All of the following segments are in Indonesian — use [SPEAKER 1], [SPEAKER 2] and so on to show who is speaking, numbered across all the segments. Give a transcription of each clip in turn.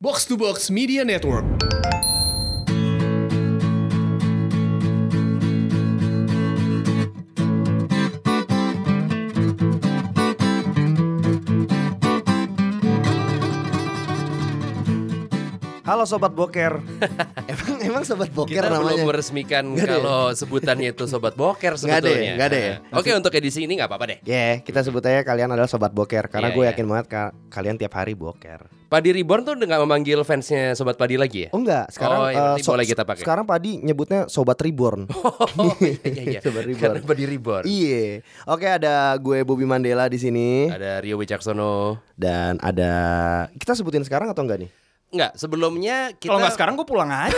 [SPEAKER 1] Box to Box Media Network.
[SPEAKER 2] Halo sobat boker. emang emang sobat boker
[SPEAKER 3] Kita
[SPEAKER 2] namanya.
[SPEAKER 3] belum meresmikan
[SPEAKER 2] Nggak ada ya?
[SPEAKER 3] kalau sebutannya itu sobat boker
[SPEAKER 2] Nggak ada ya?
[SPEAKER 3] sebetulnya.
[SPEAKER 2] Nggak ada ya?
[SPEAKER 3] Nah, Oke untuk edisi ini nggak apa-apa deh.
[SPEAKER 2] Ya, kita sebut aja kalian adalah sobat boker karena
[SPEAKER 3] Iya,
[SPEAKER 2] gue
[SPEAKER 3] iya.
[SPEAKER 2] yakin banget ka- kalian tiap hari boker.
[SPEAKER 3] Padi Reborn tuh udah nggak memanggil fansnya sobat Padi lagi ya?
[SPEAKER 2] Oh enggak, sekarang
[SPEAKER 3] Oh, iya,
[SPEAKER 2] eh,
[SPEAKER 3] nanti boleh kita pakai.
[SPEAKER 2] Sekarang Padi nyebutnya sobat reborn.
[SPEAKER 3] Oh iya iya.
[SPEAKER 2] Sobat
[SPEAKER 3] Karena
[SPEAKER 2] reborn.
[SPEAKER 3] Padi Reborn.
[SPEAKER 2] Iya. Oke, ada gue Bobby Mandela di sini
[SPEAKER 3] Ada Rio Wicaksono.
[SPEAKER 2] dan ada kita sebutin sekarang atau enggak nih?
[SPEAKER 3] Nggak sebelumnya kita.
[SPEAKER 4] Kalau nggak sekarang gue pulang aja.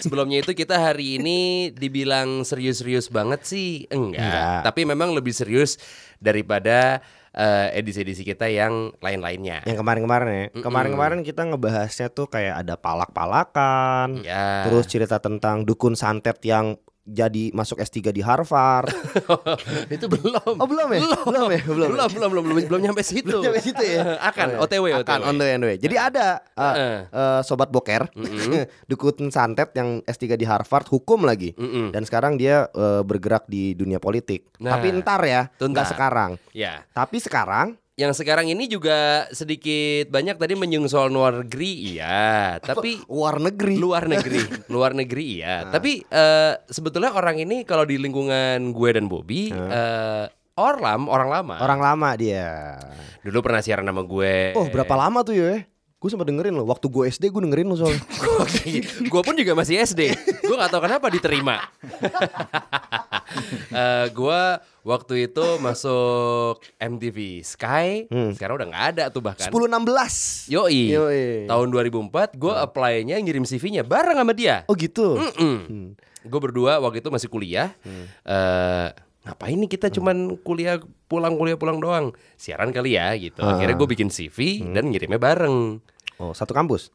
[SPEAKER 3] Sebelumnya itu kita hari ini dibilang serius-serius banget sih enggak.
[SPEAKER 2] Enggak.
[SPEAKER 3] Tapi memang lebih serius daripada eh, edisi-edisi kita yang lain-lainnya.
[SPEAKER 2] Yang kemarin-kemarin ya. Kemarin-kemarin kita ngebahasnya tuh kayak ada palak-palakan,
[SPEAKER 3] Ya.
[SPEAKER 2] terus cerita tentang dukun santet yang jadi masuk S3 di Harvard.
[SPEAKER 3] itu belum.
[SPEAKER 2] Oh, belum ya? Belum ya? Belum.
[SPEAKER 3] Belum belum belum belum belum, nyampe situ.
[SPEAKER 2] Belum nyampe situ ya?
[SPEAKER 3] Eh, Akan
[SPEAKER 2] Oh,
[SPEAKER 3] OTW
[SPEAKER 2] iya. Akan,
[SPEAKER 3] OTW.
[SPEAKER 2] on the way, on the way. Jadi ada uh,
[SPEAKER 3] Heeh.
[SPEAKER 2] uh, sobat boker, dukun santet yang S3 di Harvard hukum lagi.
[SPEAKER 3] Mm-mm.
[SPEAKER 2] Dan sekarang dia uh, bergerak di dunia politik.
[SPEAKER 3] Hmm. Nah,
[SPEAKER 2] Tapi ntar ya,
[SPEAKER 3] itu
[SPEAKER 2] nggak
[SPEAKER 3] ntar.
[SPEAKER 2] sekarang.
[SPEAKER 3] Ya.
[SPEAKER 2] Tapi sekarang
[SPEAKER 3] Yang sekarang ini juga sedikit banyak tadi menyinggung soal luar negeri, iya. Tapi
[SPEAKER 2] luar negeri.
[SPEAKER 3] luar negeri, luar negeri, iya. Tapi eh, sebetulnya orang ini kalau di lingkungan gue dan Bobby, eh, Orlam, orang lama.
[SPEAKER 2] Orang lama dia.
[SPEAKER 3] Dulu pernah siaran sama gue.
[SPEAKER 2] Oh, berapa lama tuh ya? Gue sempat dengerin loh. Waktu gue SD gue dengerin loh soalnya.
[SPEAKER 3] Kan? gue pun juga masih SD. Gue gak tahu kenapa diterima. Eh gue waktu itu masuk MTV Sky. Sekarang udah nggak ada tuh bahkan.
[SPEAKER 2] 10-16.
[SPEAKER 3] Yoi.
[SPEAKER 2] Yoi.
[SPEAKER 3] Tahun 2004 gue apply-nya ngirim CV-nya bareng sama dia.
[SPEAKER 2] Oh gitu.
[SPEAKER 3] Mm. Gue berdua waktu itu masih kuliah. Eh, ngapain nih kita cuman kuliah pulang kuliah pulang doang. Siaran kali ya gitu. Akhirnya gue bikin CV dan ngirimnya bareng.
[SPEAKER 2] Oh, satu kampus.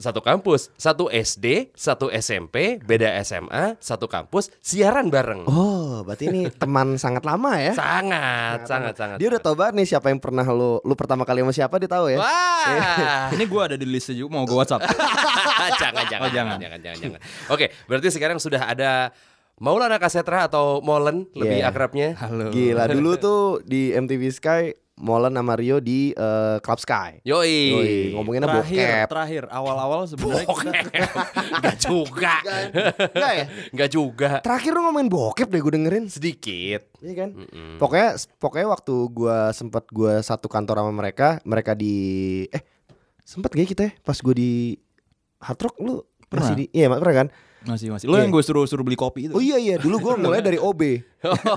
[SPEAKER 3] Satu kampus, satu SD, satu SMP, beda SMA, satu kampus, siaran bareng.
[SPEAKER 2] Oh, berarti ini teman sangat lama ya. nah,
[SPEAKER 3] Sangat, sangat, sangat.
[SPEAKER 2] Dia udah tau banget nih siapa yang pernah lu lu pertama kali sama siapa dia tahu ya.
[SPEAKER 3] Wah.
[SPEAKER 4] Ini gue ada di listnya juga mau gue WhatsApp.
[SPEAKER 3] jangan, jangan,
[SPEAKER 4] Oh,
[SPEAKER 3] jangan,
[SPEAKER 4] jangan.
[SPEAKER 3] jangan, jangan, jangan. Oke, berarti sekarang sudah ada Maulana Kasetra atau Molen lebih
[SPEAKER 2] Iya.
[SPEAKER 3] akrabnya.
[SPEAKER 4] Halo.
[SPEAKER 2] Gila dulu tuh di MTV Sky Molen sama Rio di eh, Club Sky.
[SPEAKER 3] Yoi.
[SPEAKER 2] Yoi, ngomonginnya
[SPEAKER 4] Iya. Terakhir,
[SPEAKER 2] bokep.
[SPEAKER 4] terakhir awal-awal sebenarnya
[SPEAKER 3] Bokep. Enggak juga.
[SPEAKER 2] Enggak ya?
[SPEAKER 3] Enggak juga.
[SPEAKER 2] Terakhir lu ngomongin bokep deh gue dengerin.
[SPEAKER 3] Sedikit.
[SPEAKER 2] Iya kan?
[SPEAKER 4] Hmm.
[SPEAKER 3] Mm-mm.
[SPEAKER 2] Pokoknya pokoknya waktu gua sempet gua satu kantor sama mereka, mereka di eh sempet kayak kita ya pas gua di Hard Rock lu
[SPEAKER 4] Pernah.
[SPEAKER 2] masih di iya pernah kan?
[SPEAKER 4] masih masih. Lo yang gue suruh suruh beli kopi itu.
[SPEAKER 2] Oh iya iya, dulu gua mulai dari OB.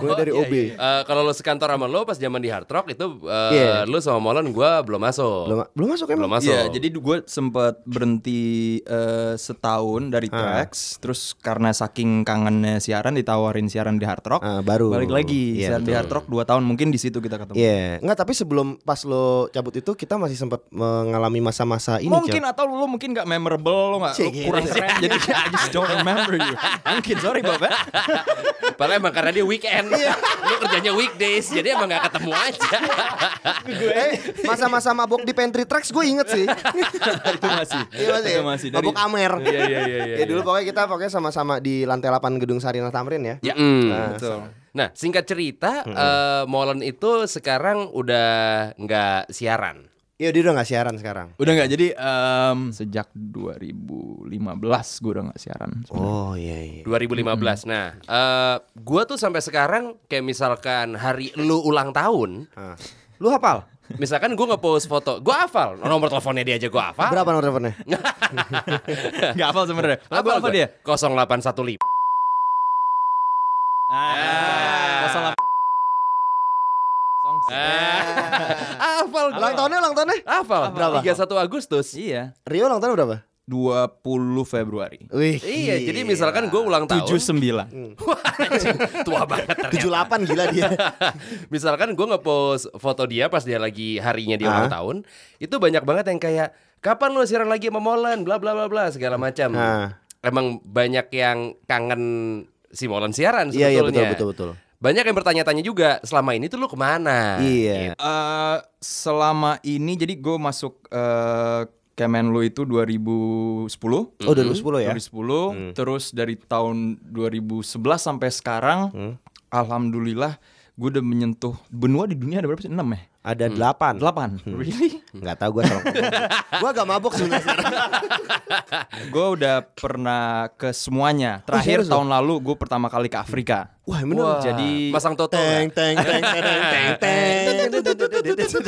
[SPEAKER 2] mulai dari OB.
[SPEAKER 3] Eh, kalau lo sekantor sama lo pas zaman di Hard Rock itu eh,
[SPEAKER 2] Iya.
[SPEAKER 3] lo sama Molen gue belum
[SPEAKER 4] Oh.
[SPEAKER 3] masuk.
[SPEAKER 2] Belum belum masuk emang.
[SPEAKER 3] Belum masuk.
[SPEAKER 4] Iya, jadi gue sempat berhenti eh, setahun dari
[SPEAKER 2] Ah.
[SPEAKER 4] tracks, terus karena saking kangennya siaran ditawarin siaran di Hard Rock,
[SPEAKER 2] Ah, baru.
[SPEAKER 4] balik lagi
[SPEAKER 2] Iya,
[SPEAKER 4] siaran di Hard Rock 2 tahun mungkin di situ kita ketemu.
[SPEAKER 2] Iya, enggak tapi sebelum pas lo cabut itu kita masih sempat mengalami masa-masa ini,
[SPEAKER 4] mungkin
[SPEAKER 2] Cok.
[SPEAKER 4] atau lu mungkin gak memorable lo gak lu
[SPEAKER 2] Cik, iya.
[SPEAKER 4] kurang keren jadi I just don't remember you mungkin sorry ya. bapak
[SPEAKER 3] Padahal emang karena dia weekend.
[SPEAKER 2] Iya.
[SPEAKER 3] lo kerjanya weekdays jadi emang gak ketemu aja.
[SPEAKER 2] Eh, masa-masa mabok di pantry tracks gue inget sih.
[SPEAKER 4] itu masih
[SPEAKER 2] Iya masih.
[SPEAKER 4] itu masih dari
[SPEAKER 2] Mabok Amer.
[SPEAKER 3] Iya, iya, iya, iya,
[SPEAKER 2] Ya dulu pokoknya kita pokoknya sama-sama di lantai 8 gedung Sarina Tamrin ya.
[SPEAKER 3] Ya, mm.
[SPEAKER 4] betul
[SPEAKER 3] Nah, singkat cerita, eh, Molen itu sekarang udah nggak siaran.
[SPEAKER 2] Iya, dia udah gak siaran sekarang.
[SPEAKER 4] Udah nggak jadi em, sejak 2015 gue udah nggak siaran.
[SPEAKER 2] Oh iya iya.
[SPEAKER 3] 2015. Nah, eh gua tuh sampai sekarang kayak misalkan hari lu ulang tahun,
[SPEAKER 2] Ah. Lu hafal?
[SPEAKER 3] misalkan gua ngepost foto, gua hafal nomor teleponnya dia aja gua hafal.
[SPEAKER 2] Berapa nomor teleponnya?
[SPEAKER 4] Gak hafal sebenarnya. Lagu apa dia?
[SPEAKER 3] 0815.
[SPEAKER 4] Ah, salah. Songs.
[SPEAKER 3] Hafal gua.
[SPEAKER 2] ulang tahunnya ulang tahunnya?
[SPEAKER 3] Hafal.
[SPEAKER 2] Ah. Berapa?
[SPEAKER 3] 31 Agustus.
[SPEAKER 4] Iya.
[SPEAKER 2] Rio ulang tahun berapa?
[SPEAKER 4] 20 Februari.
[SPEAKER 2] Wih.
[SPEAKER 3] Iya, jadi misalkan gua ulang tahun
[SPEAKER 4] 79.
[SPEAKER 3] tua banget ternyata.
[SPEAKER 2] 78 gila dia.
[SPEAKER 3] Misalkan gue ngepost foto dia pas dia lagi harinya dia ulang
[SPEAKER 2] Ah.
[SPEAKER 3] tahun, itu banyak banget yang kayak kapan lu siaran lagi sama Molen, bla bla bla bla segala macam.
[SPEAKER 2] Ah.
[SPEAKER 3] Emang banyak yang kangen si Molen siaran
[SPEAKER 2] Iya
[SPEAKER 3] sebetulnya.
[SPEAKER 2] iya betul betul betul.
[SPEAKER 3] Banyak yang bertanya-tanya juga selama ini tuh lu kemana?
[SPEAKER 2] Iya.
[SPEAKER 3] Gitu.
[SPEAKER 4] Eh, selama ini jadi gue masuk eh, Kemenlu itu 2010.
[SPEAKER 2] Oh 2010 ya.
[SPEAKER 4] 2010 terus dari tahun 2011 sampai sekarang
[SPEAKER 2] Hmm.
[SPEAKER 4] alhamdulillah gue udah menyentuh benua di dunia ada berapa sih? 6 ya?
[SPEAKER 2] Ada delapan.
[SPEAKER 4] 8.
[SPEAKER 2] Hmm.
[SPEAKER 4] Really?
[SPEAKER 2] Nggak tahu gue salah. gue agak mabok sebenarnya.
[SPEAKER 4] gue udah pernah ke semuanya. Terakhir tahun lalu gue pertama kali ke Afrika.
[SPEAKER 2] Oh, Wah bener.
[SPEAKER 3] Wah,
[SPEAKER 2] Jadi
[SPEAKER 3] masang toto
[SPEAKER 2] teng
[SPEAKER 3] nggak?
[SPEAKER 2] teng teng teng teng teng.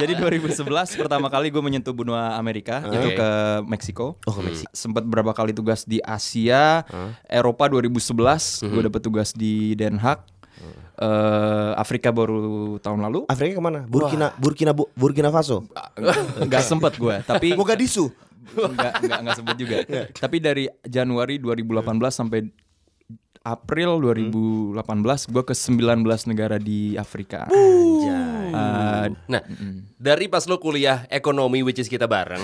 [SPEAKER 4] Jadi 2011 pertama kali gue menyentuh benua Amerika itu
[SPEAKER 3] Oke.
[SPEAKER 4] ke Meksiko.
[SPEAKER 2] Hmm. Oh ke Meksiko. Hmm.
[SPEAKER 4] Sempat berapa kali tugas di Asia, Eropa 2011 gue dapet tugas di Den Haag.
[SPEAKER 2] Hmm.
[SPEAKER 4] Eh, Afrika baru tahun lalu
[SPEAKER 2] Afrika kemana? Burkina Burkina Bu- Burkina Faso.
[SPEAKER 4] nggak sempet gue tapi
[SPEAKER 2] Mogadishu.
[SPEAKER 4] nggak nggak nggak sempet juga tapi dari Januari 2018 sampai April 2018 gue ke 19 negara di Afrika Eh,
[SPEAKER 3] Nah, dari pas lo kuliah ekonomi which is kita bareng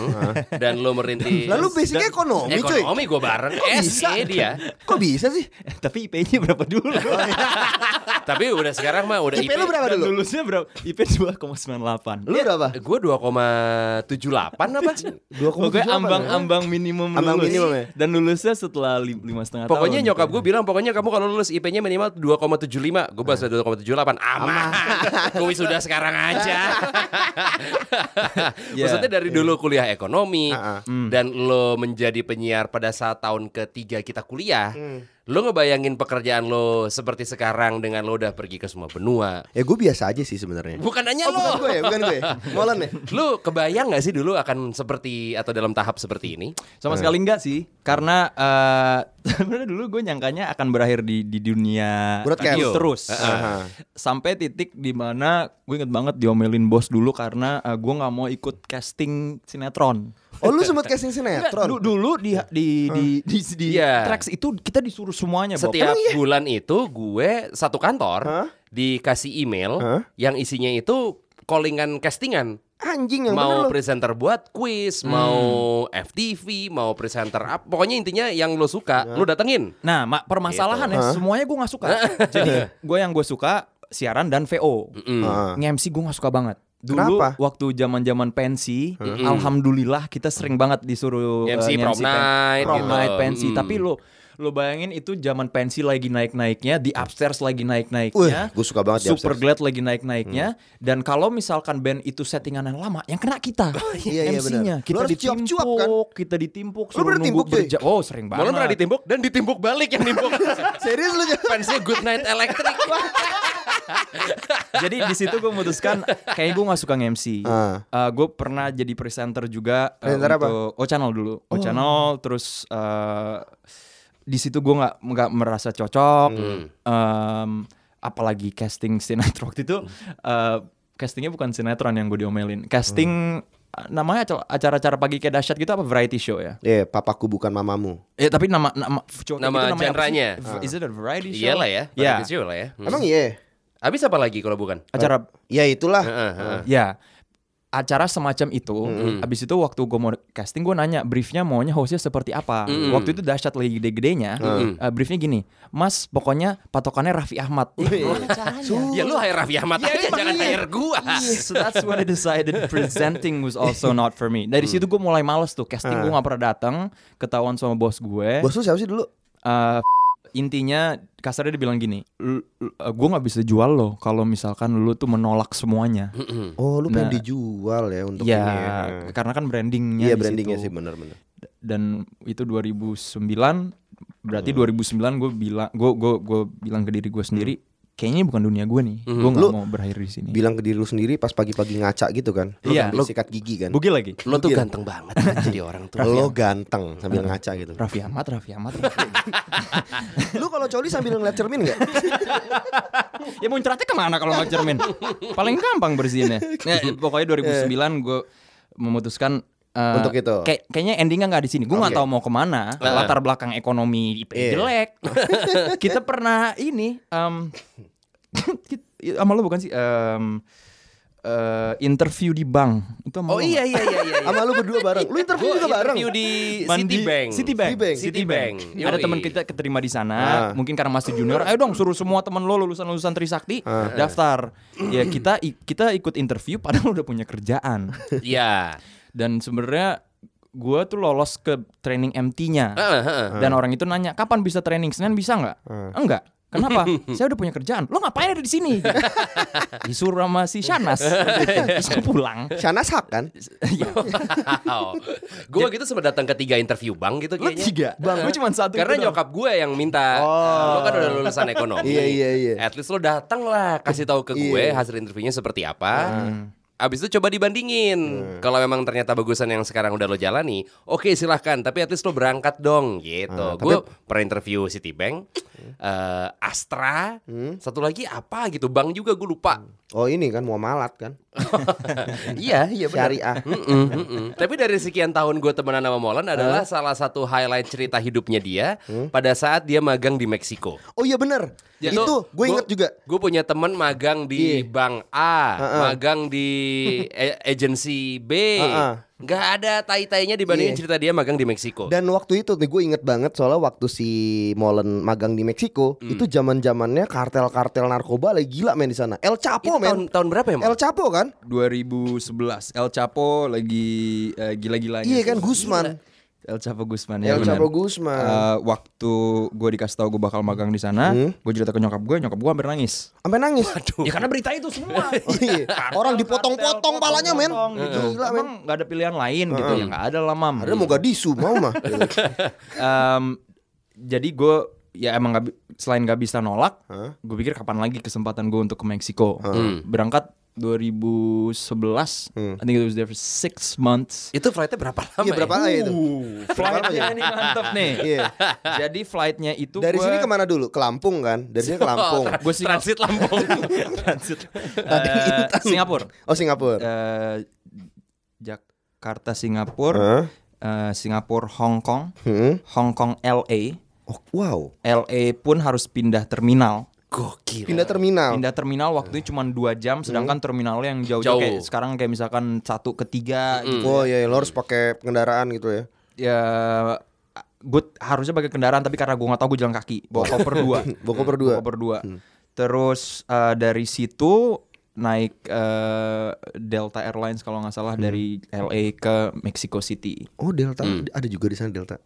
[SPEAKER 3] dan lo merintis
[SPEAKER 2] Lalu basicnya ekonomi, cuy.
[SPEAKER 4] Oh,
[SPEAKER 3] Ekonomi gue bareng, SE
[SPEAKER 4] E
[SPEAKER 3] dia.
[SPEAKER 2] Kok bisa sih?
[SPEAKER 4] tapi IP-nya berapa dulu
[SPEAKER 3] Tapi udah sekarang mah udah
[SPEAKER 2] IP lu berapa
[SPEAKER 4] Dan
[SPEAKER 2] dulu?
[SPEAKER 4] lulusnya berapa IP 2,98
[SPEAKER 2] Lu berapa?
[SPEAKER 3] Gue 2,78 apa?
[SPEAKER 2] 2,78
[SPEAKER 4] Pokoknya
[SPEAKER 2] ya?
[SPEAKER 4] ambang-ambang minimum
[SPEAKER 2] Ambang
[SPEAKER 4] lulus.
[SPEAKER 2] minimum ya?
[SPEAKER 4] Dan lulusnya setelah li- lima setengah tahun.
[SPEAKER 3] Pokoknya nyokap gue bilang pokoknya kamu kalau lulus IP-nya minimal 2,75. Gue
[SPEAKER 2] Nah.
[SPEAKER 3] bahas 2,78. Aman. Gue sudah sekarang aja. Maksudnya dari dulu kuliah ekonomi
[SPEAKER 2] Iya,
[SPEAKER 3] Hmm.
[SPEAKER 2] Ah, ah.
[SPEAKER 3] dan lo menjadi penyiar pada saat tahun ketiga kita kuliah. Lo ngebayangin pekerjaan lo seperti sekarang dengan lo udah pergi ke semua benua.
[SPEAKER 2] Ya gue biasa aja sih sebenarnya.
[SPEAKER 3] Bukan hanya
[SPEAKER 2] Oh,
[SPEAKER 3] lo.
[SPEAKER 2] bukan gue ya, bukan gue. Molan ya.
[SPEAKER 3] Lo kebayang gak sih dulu akan seperti atau dalam tahap seperti ini?
[SPEAKER 4] Sama sekali enggak sih, karena eh, sebenarnya dulu gue nyangkanya akan berakhir di di dunia
[SPEAKER 2] Broadcast.
[SPEAKER 4] radio terus. Sampai titik dimana gue inget banget diomelin bos dulu karena eh, gue nggak mau ikut casting sinetron.
[SPEAKER 2] Oh lu sempet casting
[SPEAKER 4] Enggak, du-
[SPEAKER 2] sinetron?
[SPEAKER 4] dulu di di di di, di
[SPEAKER 3] Iya.
[SPEAKER 4] tracks itu kita disuruh semuanya, Ya, Bob.
[SPEAKER 3] Setiap
[SPEAKER 4] Kan?
[SPEAKER 3] bulan itu gue satu kantor dikasih email
[SPEAKER 2] Hah?
[SPEAKER 3] yang isinya itu callingan castingan.
[SPEAKER 2] Anjing yang
[SPEAKER 3] mau
[SPEAKER 2] Iya, bener lu.
[SPEAKER 3] presenter buat quiz,
[SPEAKER 4] Hmm.
[SPEAKER 3] mau FTV, mau presenter apa, pokoknya intinya yang lo suka, lo datengin.
[SPEAKER 4] Nah, ma- permasalahan ya,
[SPEAKER 3] Gitu.
[SPEAKER 4] semuanya gue nggak suka. Jadi gue yang gue suka siaran dan VO.
[SPEAKER 2] Ah.
[SPEAKER 4] Nge-MC gue nggak suka banget. Dulu
[SPEAKER 2] Kenapa? Hmm.
[SPEAKER 4] waktu zaman-zaman pensi, alhamdulillah kita sering banget disuruh
[SPEAKER 3] MC
[SPEAKER 4] eh,
[SPEAKER 3] prom
[SPEAKER 4] nge-MC pen-
[SPEAKER 3] night
[SPEAKER 4] prom
[SPEAKER 3] gitu.
[SPEAKER 4] night pensi.
[SPEAKER 3] Mm.
[SPEAKER 4] Tapi lo lo bayangin itu zaman pensi lagi naik-naiknya, di upstairs lagi
[SPEAKER 2] Wih,
[SPEAKER 4] naik-naiknya.
[SPEAKER 2] gue suka banget di
[SPEAKER 4] Ya.
[SPEAKER 2] Hmm.
[SPEAKER 4] Super Glad lagi naik-naiknya dan kalau misalkan band itu settingan yang lama yang kena kita
[SPEAKER 2] Iya, iya,
[SPEAKER 4] MC-nya
[SPEAKER 2] benar. Lu
[SPEAKER 4] kita
[SPEAKER 2] harus
[SPEAKER 4] ditimpuk
[SPEAKER 2] cuap-cuap, kan?
[SPEAKER 4] kita ditimpuk
[SPEAKER 2] Lu pernah ditimpuk, cuy?
[SPEAKER 4] berja- oh sering banget
[SPEAKER 3] Malah pernah ditimbuk dan ditimbuk balik yang nimbuk.
[SPEAKER 2] Serius lu? Jon?
[SPEAKER 3] Fansnya Good Night Electric.
[SPEAKER 4] jadi di situ gue memutuskan kayaknya gue nggak suka nge-MC.
[SPEAKER 2] Ah.
[SPEAKER 4] Eh, gue pernah jadi presenter juga eh,
[SPEAKER 2] Presenter apa?
[SPEAKER 4] untuk O Channel dulu. O Channel terus eh, di situ gue nggak nggak merasa cocok. Em, apalagi casting sinetron waktu itu eh, castingnya bukan sinetron yang gue diomelin. Casting eh, namanya aca- acara-acara pagi kayak dahsyat gitu apa variety show ya?
[SPEAKER 2] Eh, papaku bukan mamamu.
[SPEAKER 4] Eh tapi nama nama show kayak
[SPEAKER 3] Nama
[SPEAKER 4] gitu namanya apa sih?
[SPEAKER 3] genre-nya?
[SPEAKER 4] V- Is it a variety show?
[SPEAKER 3] Iyalah ya,
[SPEAKER 4] Ya.
[SPEAKER 3] variety show lah ya. Hmm.
[SPEAKER 2] Emang iya?
[SPEAKER 3] Abis apa lagi kalau bukan?
[SPEAKER 4] Acara
[SPEAKER 2] Ya itulah.
[SPEAKER 3] Heeh, heeh.
[SPEAKER 4] Ya, acara semacam itu. Habis itu waktu gue mau casting gue nanya briefnya maunya hostnya seperti apa. Waktu itu dahsyat lagi gede-gedenya. eh, briefnya gini, Mas pokoknya patokannya Raffi Ahmad.
[SPEAKER 2] Iya.
[SPEAKER 3] Ya lu hire Raffi Ahmad aja, jangan hire gua.
[SPEAKER 4] so that's when I decided presenting was also not for me. Dari
[SPEAKER 2] Mm.
[SPEAKER 4] situ gue mulai males tuh casting gue gak pernah datang, ketahuan sama bos gue.
[SPEAKER 2] Ah. Bos lu siapa sih dulu?
[SPEAKER 4] Eh, intinya kasarnya dia bilang gini, gue nggak bisa jual lo kalau misalkan lu tuh menolak semuanya.
[SPEAKER 2] Oh, lu pengen
[SPEAKER 4] Nah.
[SPEAKER 2] dijual ya untuk
[SPEAKER 4] ya,
[SPEAKER 2] ini ya.
[SPEAKER 4] karena kan brandingnya
[SPEAKER 2] Iya
[SPEAKER 4] di
[SPEAKER 2] brandingnya
[SPEAKER 4] situ.
[SPEAKER 2] sih benar-benar.
[SPEAKER 4] dan itu 2009 berarti 2009 gue bilang gue bilang ke diri gue sendiri kayaknya ini bukan dunia gue nih gue
[SPEAKER 2] Hmm.
[SPEAKER 4] nggak
[SPEAKER 2] Lu-
[SPEAKER 4] mau berakhir di sini
[SPEAKER 2] Bilang ke diri lu sendiri pas pagi-pagi ngaca gitu kan. Lu
[SPEAKER 4] Iya,
[SPEAKER 2] ambil
[SPEAKER 4] lu-
[SPEAKER 2] sikat gigi kan.
[SPEAKER 4] bugil lagi
[SPEAKER 3] Lo tuh ganteng banget jadi orang tuh.
[SPEAKER 2] Lo ganteng sambil ngaca gitu.
[SPEAKER 4] Raffi Ahmad Raffi Ahmad Raffi Ahmad.
[SPEAKER 2] Lu kalau coli sambil ngeliat cermin enggak?
[SPEAKER 4] ya muncratnya kemana kalau nggak cermin paling gampang bersihinnya Ya, pokoknya 2009 gue memutuskan eh,
[SPEAKER 2] Iya. Untuk itu.
[SPEAKER 4] kayak- kayaknya endingnya nggak di sini gue nggak
[SPEAKER 2] Oke. Nah.
[SPEAKER 4] tahu mau kemana latar belakang ekonomi IP
[SPEAKER 2] Iya.
[SPEAKER 4] jelek kita pernah ini em, kita- sama lo bukan sih Em, eh, interview di bank itu sama
[SPEAKER 3] Oh
[SPEAKER 4] lo
[SPEAKER 3] iya iya iya iya.
[SPEAKER 2] Sama lu berdua bareng. Lu interview
[SPEAKER 3] Gue
[SPEAKER 2] juga bareng.
[SPEAKER 3] interview di
[SPEAKER 4] nggak? Mandi-
[SPEAKER 3] Citibank.
[SPEAKER 4] Citibank.
[SPEAKER 2] Citibank.
[SPEAKER 3] Citibank.
[SPEAKER 4] Ada
[SPEAKER 3] Yoi.
[SPEAKER 4] teman kita keterima di sana,
[SPEAKER 2] Ah.
[SPEAKER 4] mungkin karena masih junior. Ayo dong suruh semua teman lo lulusan-lulusan Trisakti daftar. Ya kita i- kita ikut interview padahal udah punya kerjaan.
[SPEAKER 3] Iya.
[SPEAKER 4] Dan sebenarnya gue tuh lolos ke training MT-nya.
[SPEAKER 3] Heeh, heeh.
[SPEAKER 4] Dan orang itu nanya, kapan bisa training? Senin bisa nggak? Enggak. Kenapa? Saya udah punya kerjaan. Lo ngapain ada di sini? Disuruh sama si Shanas. Saya pulang.
[SPEAKER 2] Shanas Haq kan?
[SPEAKER 3] Wow. gue gitu sempat datang ke tiga interview bang gitu
[SPEAKER 4] Lo
[SPEAKER 3] kayaknya.
[SPEAKER 4] tiga? Bang, gue cuma satu. gitu
[SPEAKER 3] Karena
[SPEAKER 4] itu doang.
[SPEAKER 3] nyokap gue yang minta Lo kan udah lulusan ekonomi
[SPEAKER 2] Iya, iya, iya.
[SPEAKER 3] At least lo datang lah Kasih tahu ke gue Hasil interviewnya seperti apa Abis itu coba dibandingin Kalau memang ternyata bagusan yang sekarang udah lo jalani Oke silahkan Tapi at least lo berangkat dong Gitu Gue pernah interview Citibank eh, Astra Satu lagi apa gitu Bank juga gue lupa
[SPEAKER 2] Oh ini kan mau malat kan?
[SPEAKER 3] Iya iya benar
[SPEAKER 2] Syariah.
[SPEAKER 3] Mm-mm, mm-mm. Tapi dari sekian tahun gue temenan sama Molan adalah salah satu highlight cerita hidupnya dia pada saat dia magang di Meksiko.
[SPEAKER 2] Oh iya bener.
[SPEAKER 3] Ya,
[SPEAKER 2] Hmm? itu
[SPEAKER 3] tuh,
[SPEAKER 2] gue inget
[SPEAKER 3] gua-
[SPEAKER 2] juga.
[SPEAKER 3] Gue punya temen magang
[SPEAKER 2] Iya.
[SPEAKER 3] di bank A, magang di e- agency B.
[SPEAKER 2] Ha-ha.
[SPEAKER 3] Nggak ada tai-tainya dibandingin
[SPEAKER 2] Iya.
[SPEAKER 3] cerita dia magang di Meksiko.
[SPEAKER 2] Dan waktu itu nih gue inget banget soalnya waktu si Molen magang di Meksiko
[SPEAKER 3] Hmm.
[SPEAKER 2] itu zaman zamannya kartel-kartel narkoba lagi gila main di sana. El
[SPEAKER 3] Itu
[SPEAKER 2] Chapo
[SPEAKER 3] tahun,
[SPEAKER 2] men.
[SPEAKER 3] tahun berapa ya, Mon?
[SPEAKER 2] El Chapo kan?
[SPEAKER 4] 2011 El Chapo lagi eh, gila-gilanya.
[SPEAKER 2] Iya kan
[SPEAKER 4] sih.
[SPEAKER 2] Gusman.
[SPEAKER 4] El Chapo Gusman
[SPEAKER 3] Iya,
[SPEAKER 4] ya.
[SPEAKER 2] El
[SPEAKER 4] benar.
[SPEAKER 2] Chapo Gusman.
[SPEAKER 4] Eh, waktu gue dikasih tahu gue bakal magang di sana,
[SPEAKER 2] Hmm?
[SPEAKER 4] gue cerita ke nyokap gue, nyokap gue hampir nangis.
[SPEAKER 2] Sampai nangis.
[SPEAKER 4] Ya karena berita itu semua.
[SPEAKER 2] Oh, iya. Orang dipotong-potong palanya men.
[SPEAKER 4] Gitu.
[SPEAKER 2] Gila men.
[SPEAKER 4] Emang nggak ada pilihan lain gitu ya nggak ada lah mam.
[SPEAKER 2] Ada mau gadisu mau mah. Iya,
[SPEAKER 4] Em, jadi gue ya emang nggak bi- selain nggak bisa nolak, gue pikir kapan lagi kesempatan gue untuk ke Meksiko.
[SPEAKER 2] Hmm.
[SPEAKER 4] Berangkat 2011, I think it was there for six months.
[SPEAKER 3] Itu flightnya berapa lama?
[SPEAKER 2] Iya berapa
[SPEAKER 3] ya?
[SPEAKER 2] lah itu?
[SPEAKER 4] Flightnya ini mantap nih.
[SPEAKER 2] ya. Iya.
[SPEAKER 4] Jadi flightnya itu
[SPEAKER 2] Dari
[SPEAKER 4] gua-
[SPEAKER 2] sini kemana dulu? Ke Lampung kan? Dari sini ke Lampung.
[SPEAKER 3] Gue transit Lampung.
[SPEAKER 2] Tadi
[SPEAKER 4] Eh,
[SPEAKER 2] Intan.
[SPEAKER 4] Singapura.
[SPEAKER 2] Oh Singapura.
[SPEAKER 4] Eh, Jakarta Singapura,
[SPEAKER 2] Heeh.
[SPEAKER 4] eh, Singapura Hong Kong,
[SPEAKER 2] Heeh.
[SPEAKER 4] Hong Kong LA.
[SPEAKER 2] Hmm? Oh, wow.
[SPEAKER 4] LA pun harus pindah terminal.
[SPEAKER 3] Gokil.
[SPEAKER 2] Pindah terminal.
[SPEAKER 4] Iya. Pindah terminal waktu itu cuma dua jam,
[SPEAKER 2] Hmm.
[SPEAKER 4] sedangkan terminalnya yang jauh,
[SPEAKER 3] Jauh.
[SPEAKER 4] jauh kayak sekarang kayak misalkan satu ke tiga gitu.
[SPEAKER 2] Oh iya, iya, lo harus pakai kendaraan gitu ya.
[SPEAKER 4] Ya, gue harusnya pakai kendaraan tapi karena gue nggak tahu gue jalan kaki, bawa koper dua.
[SPEAKER 2] Bawa koper dua.
[SPEAKER 4] Bawa koper dua.
[SPEAKER 2] Hmm.
[SPEAKER 4] Terus eh, dari situ naik eh, Delta Airlines kalau nggak salah
[SPEAKER 2] Hmm.
[SPEAKER 4] dari LA ke Mexico City.
[SPEAKER 2] Oh Delta
[SPEAKER 4] Hmm.
[SPEAKER 2] ada juga di sana Delta.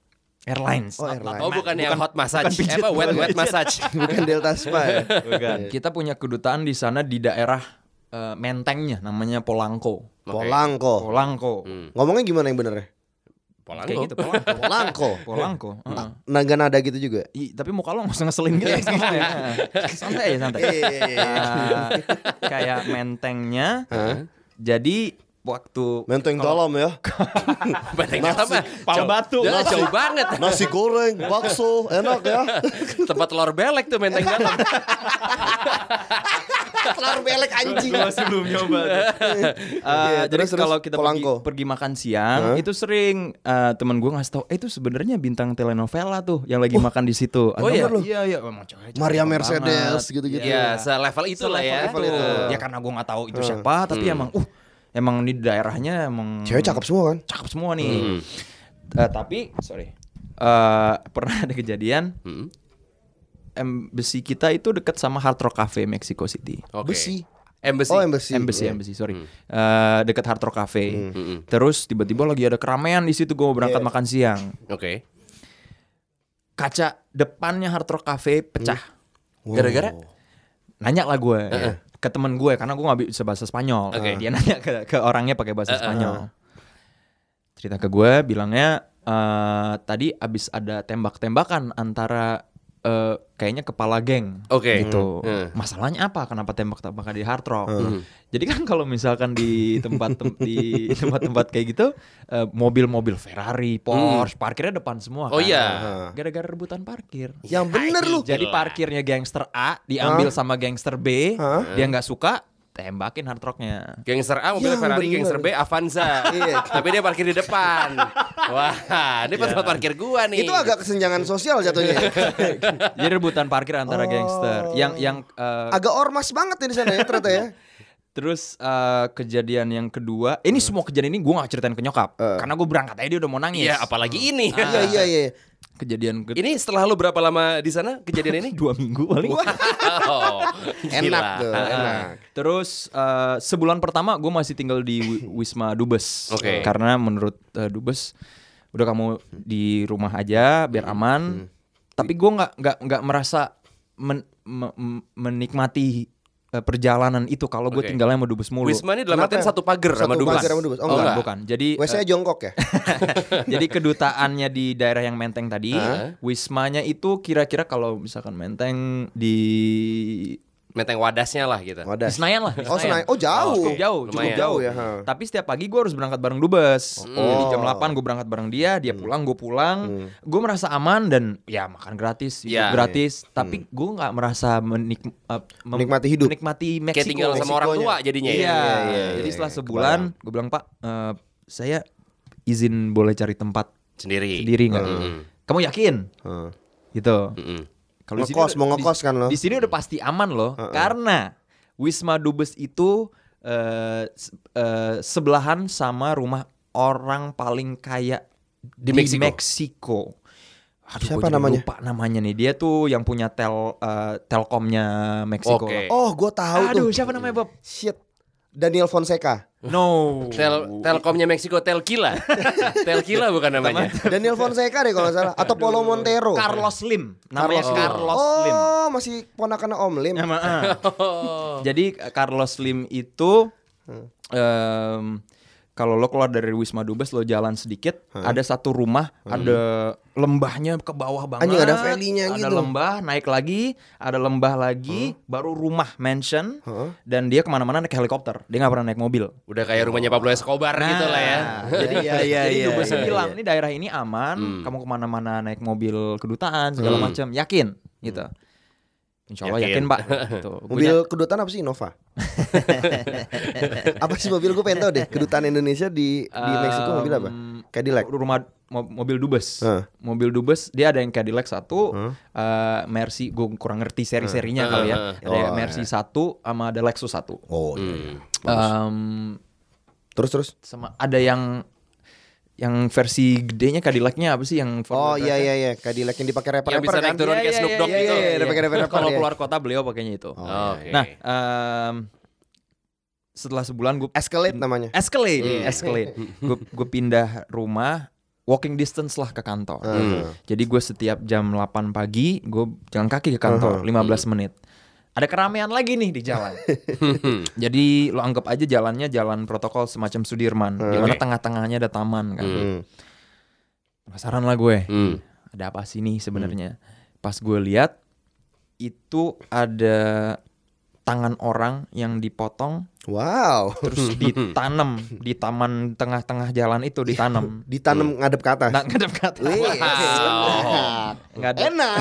[SPEAKER 4] Airlines.
[SPEAKER 2] Oh,
[SPEAKER 4] not-
[SPEAKER 2] airline.
[SPEAKER 3] Oh bukan, yang hot massage. Eh, apa wet wet massage.
[SPEAKER 2] Bukan Delta Spa ya.
[SPEAKER 4] Bukan. Kita punya kedutaan di sana di daerah eh, Mentengnya namanya Polanco.
[SPEAKER 2] Polangko.
[SPEAKER 4] Polanco.
[SPEAKER 2] Hmm. Ngomongnya gimana yang bener ya?
[SPEAKER 3] Polanco.
[SPEAKER 4] Kayak gitu Polanco.
[SPEAKER 2] Polangko.
[SPEAKER 4] Polanco.
[SPEAKER 2] Hmm.
[SPEAKER 4] heeh.
[SPEAKER 2] Naga nada gitu juga.
[SPEAKER 4] Ih, tapi muka lo nggak usah ngeselin gitu ya. ngomong ya. santai ya santai.
[SPEAKER 2] Iya, iya, iya.
[SPEAKER 4] Eh, kayak mentengnya. Jadi waktu
[SPEAKER 2] Menteng dalam ya.
[SPEAKER 3] Benteng Dalam mah
[SPEAKER 4] Pal
[SPEAKER 3] jauh-
[SPEAKER 4] Batu.
[SPEAKER 3] Ya, jauh banget.
[SPEAKER 2] Nasi goreng, bakso, enak ya.
[SPEAKER 3] Tempat telur belek tuh Menteng Dalam.
[SPEAKER 2] Telur belek anjing.
[SPEAKER 4] sebelum nyoba.
[SPEAKER 2] Iya,
[SPEAKER 4] Eh, jadi
[SPEAKER 2] terus, terus,
[SPEAKER 4] kalau kita pergi,
[SPEAKER 2] Polanco.
[SPEAKER 4] pergi makan siang itu sering eh, teman gue ngasih tau, eh itu sebenarnya bintang telenovela tuh yang lagi makan di situ.
[SPEAKER 3] Oh, iya?
[SPEAKER 4] iya iya emang cewek- cewek
[SPEAKER 2] Maria
[SPEAKER 4] banget.
[SPEAKER 2] Mercedes gitu, gitu-gitu.
[SPEAKER 3] Iya, selevel itulah ya.
[SPEAKER 4] Selevel itu. Ya karena gue nggak tahu itu siapa, tapi emang uh emang di daerahnya emang
[SPEAKER 2] Hmm. Cewek cakep semua kan?
[SPEAKER 4] cakep semua nih. Eh, tapi sorry Eh, pernah ada kejadian
[SPEAKER 3] Hmm.
[SPEAKER 4] embassy kita itu dekat sama Hard Rock Cafe Mexico City.
[SPEAKER 3] Oke.
[SPEAKER 2] Besi.
[SPEAKER 3] Embassy.
[SPEAKER 2] Oh embassy.
[SPEAKER 4] Embassy,
[SPEAKER 2] Iya. Hmm.
[SPEAKER 4] embassy, sorry. Eh, dekat Hard Rock
[SPEAKER 3] Hmm,
[SPEAKER 4] Cafe. Terus tiba-tiba lagi ada keramaian di situ gue mau berangkat makan siang.
[SPEAKER 3] Oke.
[SPEAKER 4] Kaca depannya Hard Rock Cafe pecah.
[SPEAKER 3] Gara-gara
[SPEAKER 4] Hmm. Nanya lah gue ke temen gue karena gue nggak bisa bahasa Spanyol.
[SPEAKER 3] Oke.
[SPEAKER 4] Dia nanya ke, ke orangnya pakai bahasa Spanyol. Cerita ke gue bilangnya eh, tadi abis ada tembak-tembakan antara eh, kayaknya kepala geng.
[SPEAKER 3] Oke.
[SPEAKER 4] Gitu.
[SPEAKER 3] Hmm.
[SPEAKER 4] Masalahnya apa? Kenapa tembak-tembakan di hard rock? Jadi kan kalau misalkan di tempat tem- di tempat-tempat kayak gitu, eh, mobil-mobil Ferrari, Porsche, parkirnya depan semua.
[SPEAKER 3] Oh
[SPEAKER 4] kan.
[SPEAKER 3] iya.
[SPEAKER 4] Gara-gara rebutan parkir.
[SPEAKER 2] Yang bener lu.
[SPEAKER 4] Jadi parkirnya gangster A diambil sama gangster B,
[SPEAKER 2] Hah?
[SPEAKER 4] dia nggak suka, tembakin hard rocknya.
[SPEAKER 3] gangster A mobil
[SPEAKER 2] Yang
[SPEAKER 3] Ferrari,
[SPEAKER 2] Ya, bener.
[SPEAKER 3] gangster B Avanza.
[SPEAKER 2] Iya.
[SPEAKER 3] Tapi dia parkir di depan. Wah, ini tempat parkir gua nih.
[SPEAKER 2] Itu agak kesenjangan sosial jatuhnya. ya.
[SPEAKER 3] Oh.
[SPEAKER 4] Jadi rebutan parkir antara gangster. Yang yang eh,
[SPEAKER 2] Agak ormas banget ya di sana ya ternyata ya.
[SPEAKER 4] Terus eh, kejadian yang kedua, ini semua kejadian ini gue gak ceritain ke nyokap,
[SPEAKER 3] Eh.
[SPEAKER 4] karena gue berangkat aja dia udah mau nangis.
[SPEAKER 3] Iya, apalagi ini.
[SPEAKER 2] Iya
[SPEAKER 4] Ah.
[SPEAKER 2] iya iya.
[SPEAKER 4] Kejadian ke
[SPEAKER 3] Ini setelah lu berapa lama di sana kejadian ini?
[SPEAKER 4] dua minggu paling.
[SPEAKER 3] oh,
[SPEAKER 2] Enak
[SPEAKER 3] gila. Ah,
[SPEAKER 2] tuh, enak.
[SPEAKER 4] Nah, Terus eh, sebulan pertama gue masih tinggal di Wi- Wisma Dubes,
[SPEAKER 3] Oke.
[SPEAKER 4] karena menurut eh, Dubes udah kamu di rumah aja biar
[SPEAKER 3] Hmm,
[SPEAKER 4] aman. Tapi gue nggak nggak nggak merasa men- me- me- menikmati eh, perjalanan itu kalau gue
[SPEAKER 3] Oke.
[SPEAKER 4] tinggalnya sama Dubes mulu.
[SPEAKER 3] Wisma ini dalam
[SPEAKER 2] Kenapa? ya?
[SPEAKER 3] artian satu pagar sama
[SPEAKER 2] Satu
[SPEAKER 3] Dubes.
[SPEAKER 2] pagar sama Dubes. Oh,
[SPEAKER 4] Oh,
[SPEAKER 2] enggak.
[SPEAKER 4] enggak, bukan. Jadi eh,
[SPEAKER 2] WC-nya jongkok ya?
[SPEAKER 4] jadi kedutaannya di daerah yang Menteng tadi, wismanya itu kira-kira kalau misalkan Menteng di
[SPEAKER 3] Menteng wadasnya lah gitu.
[SPEAKER 2] Wadah.
[SPEAKER 4] di Senayan lah. di
[SPEAKER 2] Oh, Senayan. Oh, jauh.
[SPEAKER 4] Cukup jauh, cukup
[SPEAKER 3] Lumayan.
[SPEAKER 4] jauh.
[SPEAKER 2] Jauh ya, Oh. ha.
[SPEAKER 4] Tapi setiap pagi gue harus berangkat bareng Dubes. Jadi jam 8 gue berangkat bareng dia, dia
[SPEAKER 2] Hmm.
[SPEAKER 4] pulang, gue pulang. Gue merasa aman dan ya makan gratis, hidup
[SPEAKER 3] Ya.
[SPEAKER 4] gratis. Tapi gue nggak merasa menik, eh, mem-
[SPEAKER 2] Hmm. Menikmati hidup.
[SPEAKER 4] Menikmati
[SPEAKER 3] Kayak
[SPEAKER 4] Meksiko.
[SPEAKER 3] tinggal sama orang tua
[SPEAKER 2] Meksikonya.
[SPEAKER 3] jadinya
[SPEAKER 4] Iya.
[SPEAKER 3] ya.
[SPEAKER 2] iya, iya,
[SPEAKER 4] Jadi
[SPEAKER 2] iya.
[SPEAKER 4] setelah sebulan, gue bilang Pak, eh, saya izin boleh cari tempat
[SPEAKER 3] Sendiri.
[SPEAKER 4] sendiri nggak?
[SPEAKER 3] Mm-mm.
[SPEAKER 4] Kamu yakin?
[SPEAKER 2] Heeh.
[SPEAKER 4] Gitu.
[SPEAKER 3] Mm-mm.
[SPEAKER 4] Kalau di sini
[SPEAKER 2] Ngekos,
[SPEAKER 4] udah-
[SPEAKER 2] mau
[SPEAKER 4] di-
[SPEAKER 2] ngekos kan lo?
[SPEAKER 4] Di sini udah pasti aman loh, karena Wisma Dubes itu eh, se- eh, sebelahan sama rumah orang paling kaya di,
[SPEAKER 3] Meksiko.
[SPEAKER 4] Meksiko. Aduh,
[SPEAKER 2] Siapa
[SPEAKER 4] gua jadi
[SPEAKER 2] namanya?
[SPEAKER 4] Lupa namanya nih. Dia tuh yang punya tel eh, Telkomnya Meksiko.
[SPEAKER 3] Oke.
[SPEAKER 2] Oh,
[SPEAKER 4] loh.
[SPEAKER 2] gue tahu tuh.
[SPEAKER 4] Aduh, siapa namanya Bob?
[SPEAKER 2] Shit. Daniel Fonseca.
[SPEAKER 4] No.
[SPEAKER 3] Tel Telkomnya Meksiko Telkila. Telkila bukan namanya.
[SPEAKER 2] Daniel Fonseca deh kalau nggak salah atau Polo Montero.
[SPEAKER 4] Carlos Lim. Namanya
[SPEAKER 2] Carlos Lim.
[SPEAKER 4] Carlos Lim.
[SPEAKER 2] Oh, masih ponakan Om Lim.
[SPEAKER 4] Nama, ah.
[SPEAKER 3] Oh.
[SPEAKER 4] Jadi eh, Carlos Slim itu em, kalau lo keluar dari Wisma Dubes lo jalan sedikit, ada satu rumah, ada lembahnya ke bawah banget.
[SPEAKER 2] Anjing, ada valley-nya
[SPEAKER 4] ada
[SPEAKER 2] gitu.
[SPEAKER 4] lembah, naik lagi, ada lembah lagi, baru rumah mansion
[SPEAKER 2] Heeh.
[SPEAKER 4] dan dia kemana mana naik helikopter. Dia nggak pernah naik mobil.
[SPEAKER 3] Udah kayak rumahnya Pablo Escobar
[SPEAKER 4] Nah.
[SPEAKER 3] gitu lah ya.
[SPEAKER 4] Jadi
[SPEAKER 2] Iya, iya,
[SPEAKER 4] jadi
[SPEAKER 2] iya,
[SPEAKER 4] Dubes
[SPEAKER 2] iya, Hmm.
[SPEAKER 4] bilang ini daerah ini aman, kamu kemana-mana naik mobil kedutaan segala macam, yakin gitu. Insya Allah yakin,
[SPEAKER 3] Yakin.
[SPEAKER 4] pak. Gitu. Gua
[SPEAKER 2] Hmm. Mobil kedutaan apa sih Innova? apa sih mobil gue pengen tau deh kedutaan Indonesia di di Meksiko mobil apa?
[SPEAKER 4] Um,
[SPEAKER 2] Cadillac.
[SPEAKER 4] rumah mo- mobil dubes
[SPEAKER 2] Heeh.
[SPEAKER 4] mobil dubes dia ada yang Cadillac satu eh, Mercy gue kurang ngerti seri-serinya kali ya ada
[SPEAKER 2] Oh,
[SPEAKER 4] Mercy satu sama ada Lexus satu
[SPEAKER 2] Oh iya. iya.
[SPEAKER 4] Em,
[SPEAKER 2] Terus terus.
[SPEAKER 4] sama ada yang yang versi gedenya Cadillacnya apa sih yang
[SPEAKER 2] Oh
[SPEAKER 4] Formula
[SPEAKER 2] iya
[SPEAKER 4] Drive-nya?
[SPEAKER 2] iya iya Cadillac yang dipakai rapper
[SPEAKER 3] Yang bisa
[SPEAKER 2] rapper kan?
[SPEAKER 3] naik turun
[SPEAKER 4] Iya,
[SPEAKER 3] kayak
[SPEAKER 4] iya,
[SPEAKER 3] Snoop Dogg
[SPEAKER 4] iya,
[SPEAKER 3] gitu.
[SPEAKER 4] iya, iya,
[SPEAKER 2] Dia pakai
[SPEAKER 4] iya.
[SPEAKER 2] rapper-rapper
[SPEAKER 4] kalau
[SPEAKER 2] ya.
[SPEAKER 4] keluar kota beliau pakainya itu
[SPEAKER 2] iya, Oh,
[SPEAKER 3] Oke.
[SPEAKER 4] nah em, setelah sebulan gue
[SPEAKER 2] Escalade namanya.
[SPEAKER 4] Escalade, Escalade. Gue pindah rumah walking distance lah ke kantor.
[SPEAKER 2] Hmm.
[SPEAKER 4] Jadi gue setiap jam 8 pagi gue jalan kaki ke kantor 15 menit. Ada keramaian lagi nih di jalan. Jadi lo anggap aja jalannya jalan protokol semacam Sudirman, di mana
[SPEAKER 3] Oke.
[SPEAKER 4] tengah-tengahnya ada taman kan.
[SPEAKER 2] Hmm.
[SPEAKER 4] Penasaran lah gue.
[SPEAKER 3] Hmm.
[SPEAKER 4] Ada apa sih nih sebenarnya?
[SPEAKER 2] Hmm.
[SPEAKER 4] Pas gue lihat itu ada tangan orang yang dipotong
[SPEAKER 2] Wow.
[SPEAKER 3] Hmm.
[SPEAKER 4] terus ditanam di taman tengah-tengah jalan itu ditanam.
[SPEAKER 2] Ditanam ngadep ke atas.
[SPEAKER 4] Nah, ngadep-ngadep.
[SPEAKER 2] Wih,
[SPEAKER 3] Wow.
[SPEAKER 4] Ngadep.
[SPEAKER 2] Enak.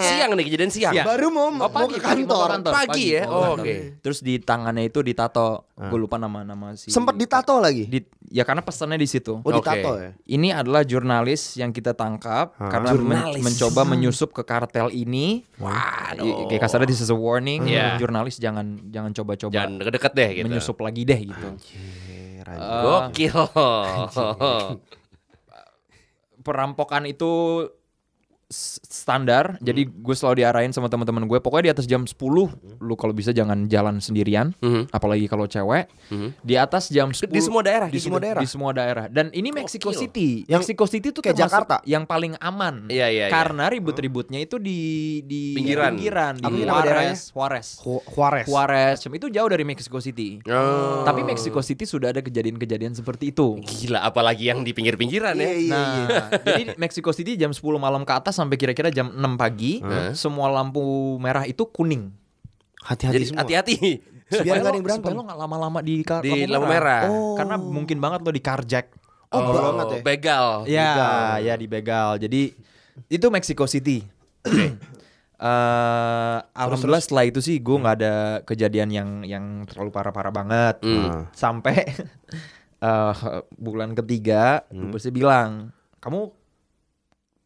[SPEAKER 3] Siang nih kejadian siang.
[SPEAKER 4] Iya.
[SPEAKER 2] Baru mau mau ke
[SPEAKER 4] pagi, pagi mau
[SPEAKER 2] kantor.
[SPEAKER 4] ke
[SPEAKER 3] Pagi ya?
[SPEAKER 4] mau ke
[SPEAKER 3] Oh,
[SPEAKER 4] kantor.
[SPEAKER 3] oke.
[SPEAKER 4] Terus di tangannya itu ditato. Gue lupa nama nama si.
[SPEAKER 2] Sempet ditato lagi.
[SPEAKER 4] Di- ya karena pesannya di situ.
[SPEAKER 2] Oh ditato
[SPEAKER 3] Oke.
[SPEAKER 2] ya.
[SPEAKER 4] Ini adalah jurnalis yang kita tangkap karena men-
[SPEAKER 3] Jurnalis.
[SPEAKER 4] mencoba menyusup ke kartel ini. I- Kayak kasarnya this is a warning.
[SPEAKER 3] Iya.
[SPEAKER 4] Jurnalis jangan jangan coba-coba
[SPEAKER 3] Jangan deket-deket deh gitu.
[SPEAKER 4] menyusup lagi deh gitu.
[SPEAKER 3] eh, Gokil.
[SPEAKER 4] Perampokan itu s- standar. Jadi gue selalu diarahin sama teman-teman gue. Pokoknya di atas jam 10 lu kalau bisa jangan jalan sendirian,
[SPEAKER 3] Mhm.
[SPEAKER 4] apalagi kalau cewek. Di atas jam 10
[SPEAKER 3] Di semua
[SPEAKER 2] Nah,
[SPEAKER 3] daerah
[SPEAKER 4] di
[SPEAKER 3] kayak
[SPEAKER 4] semua
[SPEAKER 3] gitu?
[SPEAKER 4] daerah. Di semua daerah. Dan ini Mexico
[SPEAKER 3] Gokil.
[SPEAKER 4] City.
[SPEAKER 2] Yang-
[SPEAKER 4] Mexico City itu
[SPEAKER 2] kayak
[SPEAKER 4] termasuk
[SPEAKER 2] Jakarta.
[SPEAKER 4] yang paling aman.
[SPEAKER 3] Iya, iya, iya.
[SPEAKER 4] Karena ribut-ributnya itu di di
[SPEAKER 3] Pinggiran.
[SPEAKER 4] pinggiran di
[SPEAKER 2] Apa sih nama daerahnya?
[SPEAKER 4] Juarez, Juarez.
[SPEAKER 2] Ju- Juarez.
[SPEAKER 4] Juarez. Itu jauh dari Mexico City.
[SPEAKER 3] Oh.
[SPEAKER 4] Tapi Mexico City sudah ada kejadian-kejadian seperti itu.
[SPEAKER 3] Gila apalagi yang di pinggir-pinggiran
[SPEAKER 2] Iya,
[SPEAKER 3] ya.
[SPEAKER 2] iya, iya.
[SPEAKER 4] Nah, jadi Mexico City jam 10 malam ke atas sampai kira-kira jam 6 pagi, semua lampu merah itu kuning.
[SPEAKER 2] Hati-hati
[SPEAKER 3] Jadi
[SPEAKER 2] semua.
[SPEAKER 3] hati-hati.
[SPEAKER 2] Biar
[SPEAKER 4] Supaya
[SPEAKER 2] nggak
[SPEAKER 4] lo-
[SPEAKER 2] ada yang berantem.
[SPEAKER 4] supaya lo nggak lama-lama di, ka-
[SPEAKER 3] Di lampu merah.
[SPEAKER 2] Oh.
[SPEAKER 4] Karena mungkin banget lo di carjack.
[SPEAKER 2] Oh, banget ya.
[SPEAKER 3] Begal.
[SPEAKER 4] Ya, ya dibegal. Jadi itu Mexico City. Eh, alhamdulillah setelah itu sih gue nggak ada kejadian yang yang terlalu parah-parah banget.
[SPEAKER 3] Hmm.
[SPEAKER 4] Nah, Sampai eh, bulan ketiga, hmm. bilang, kamu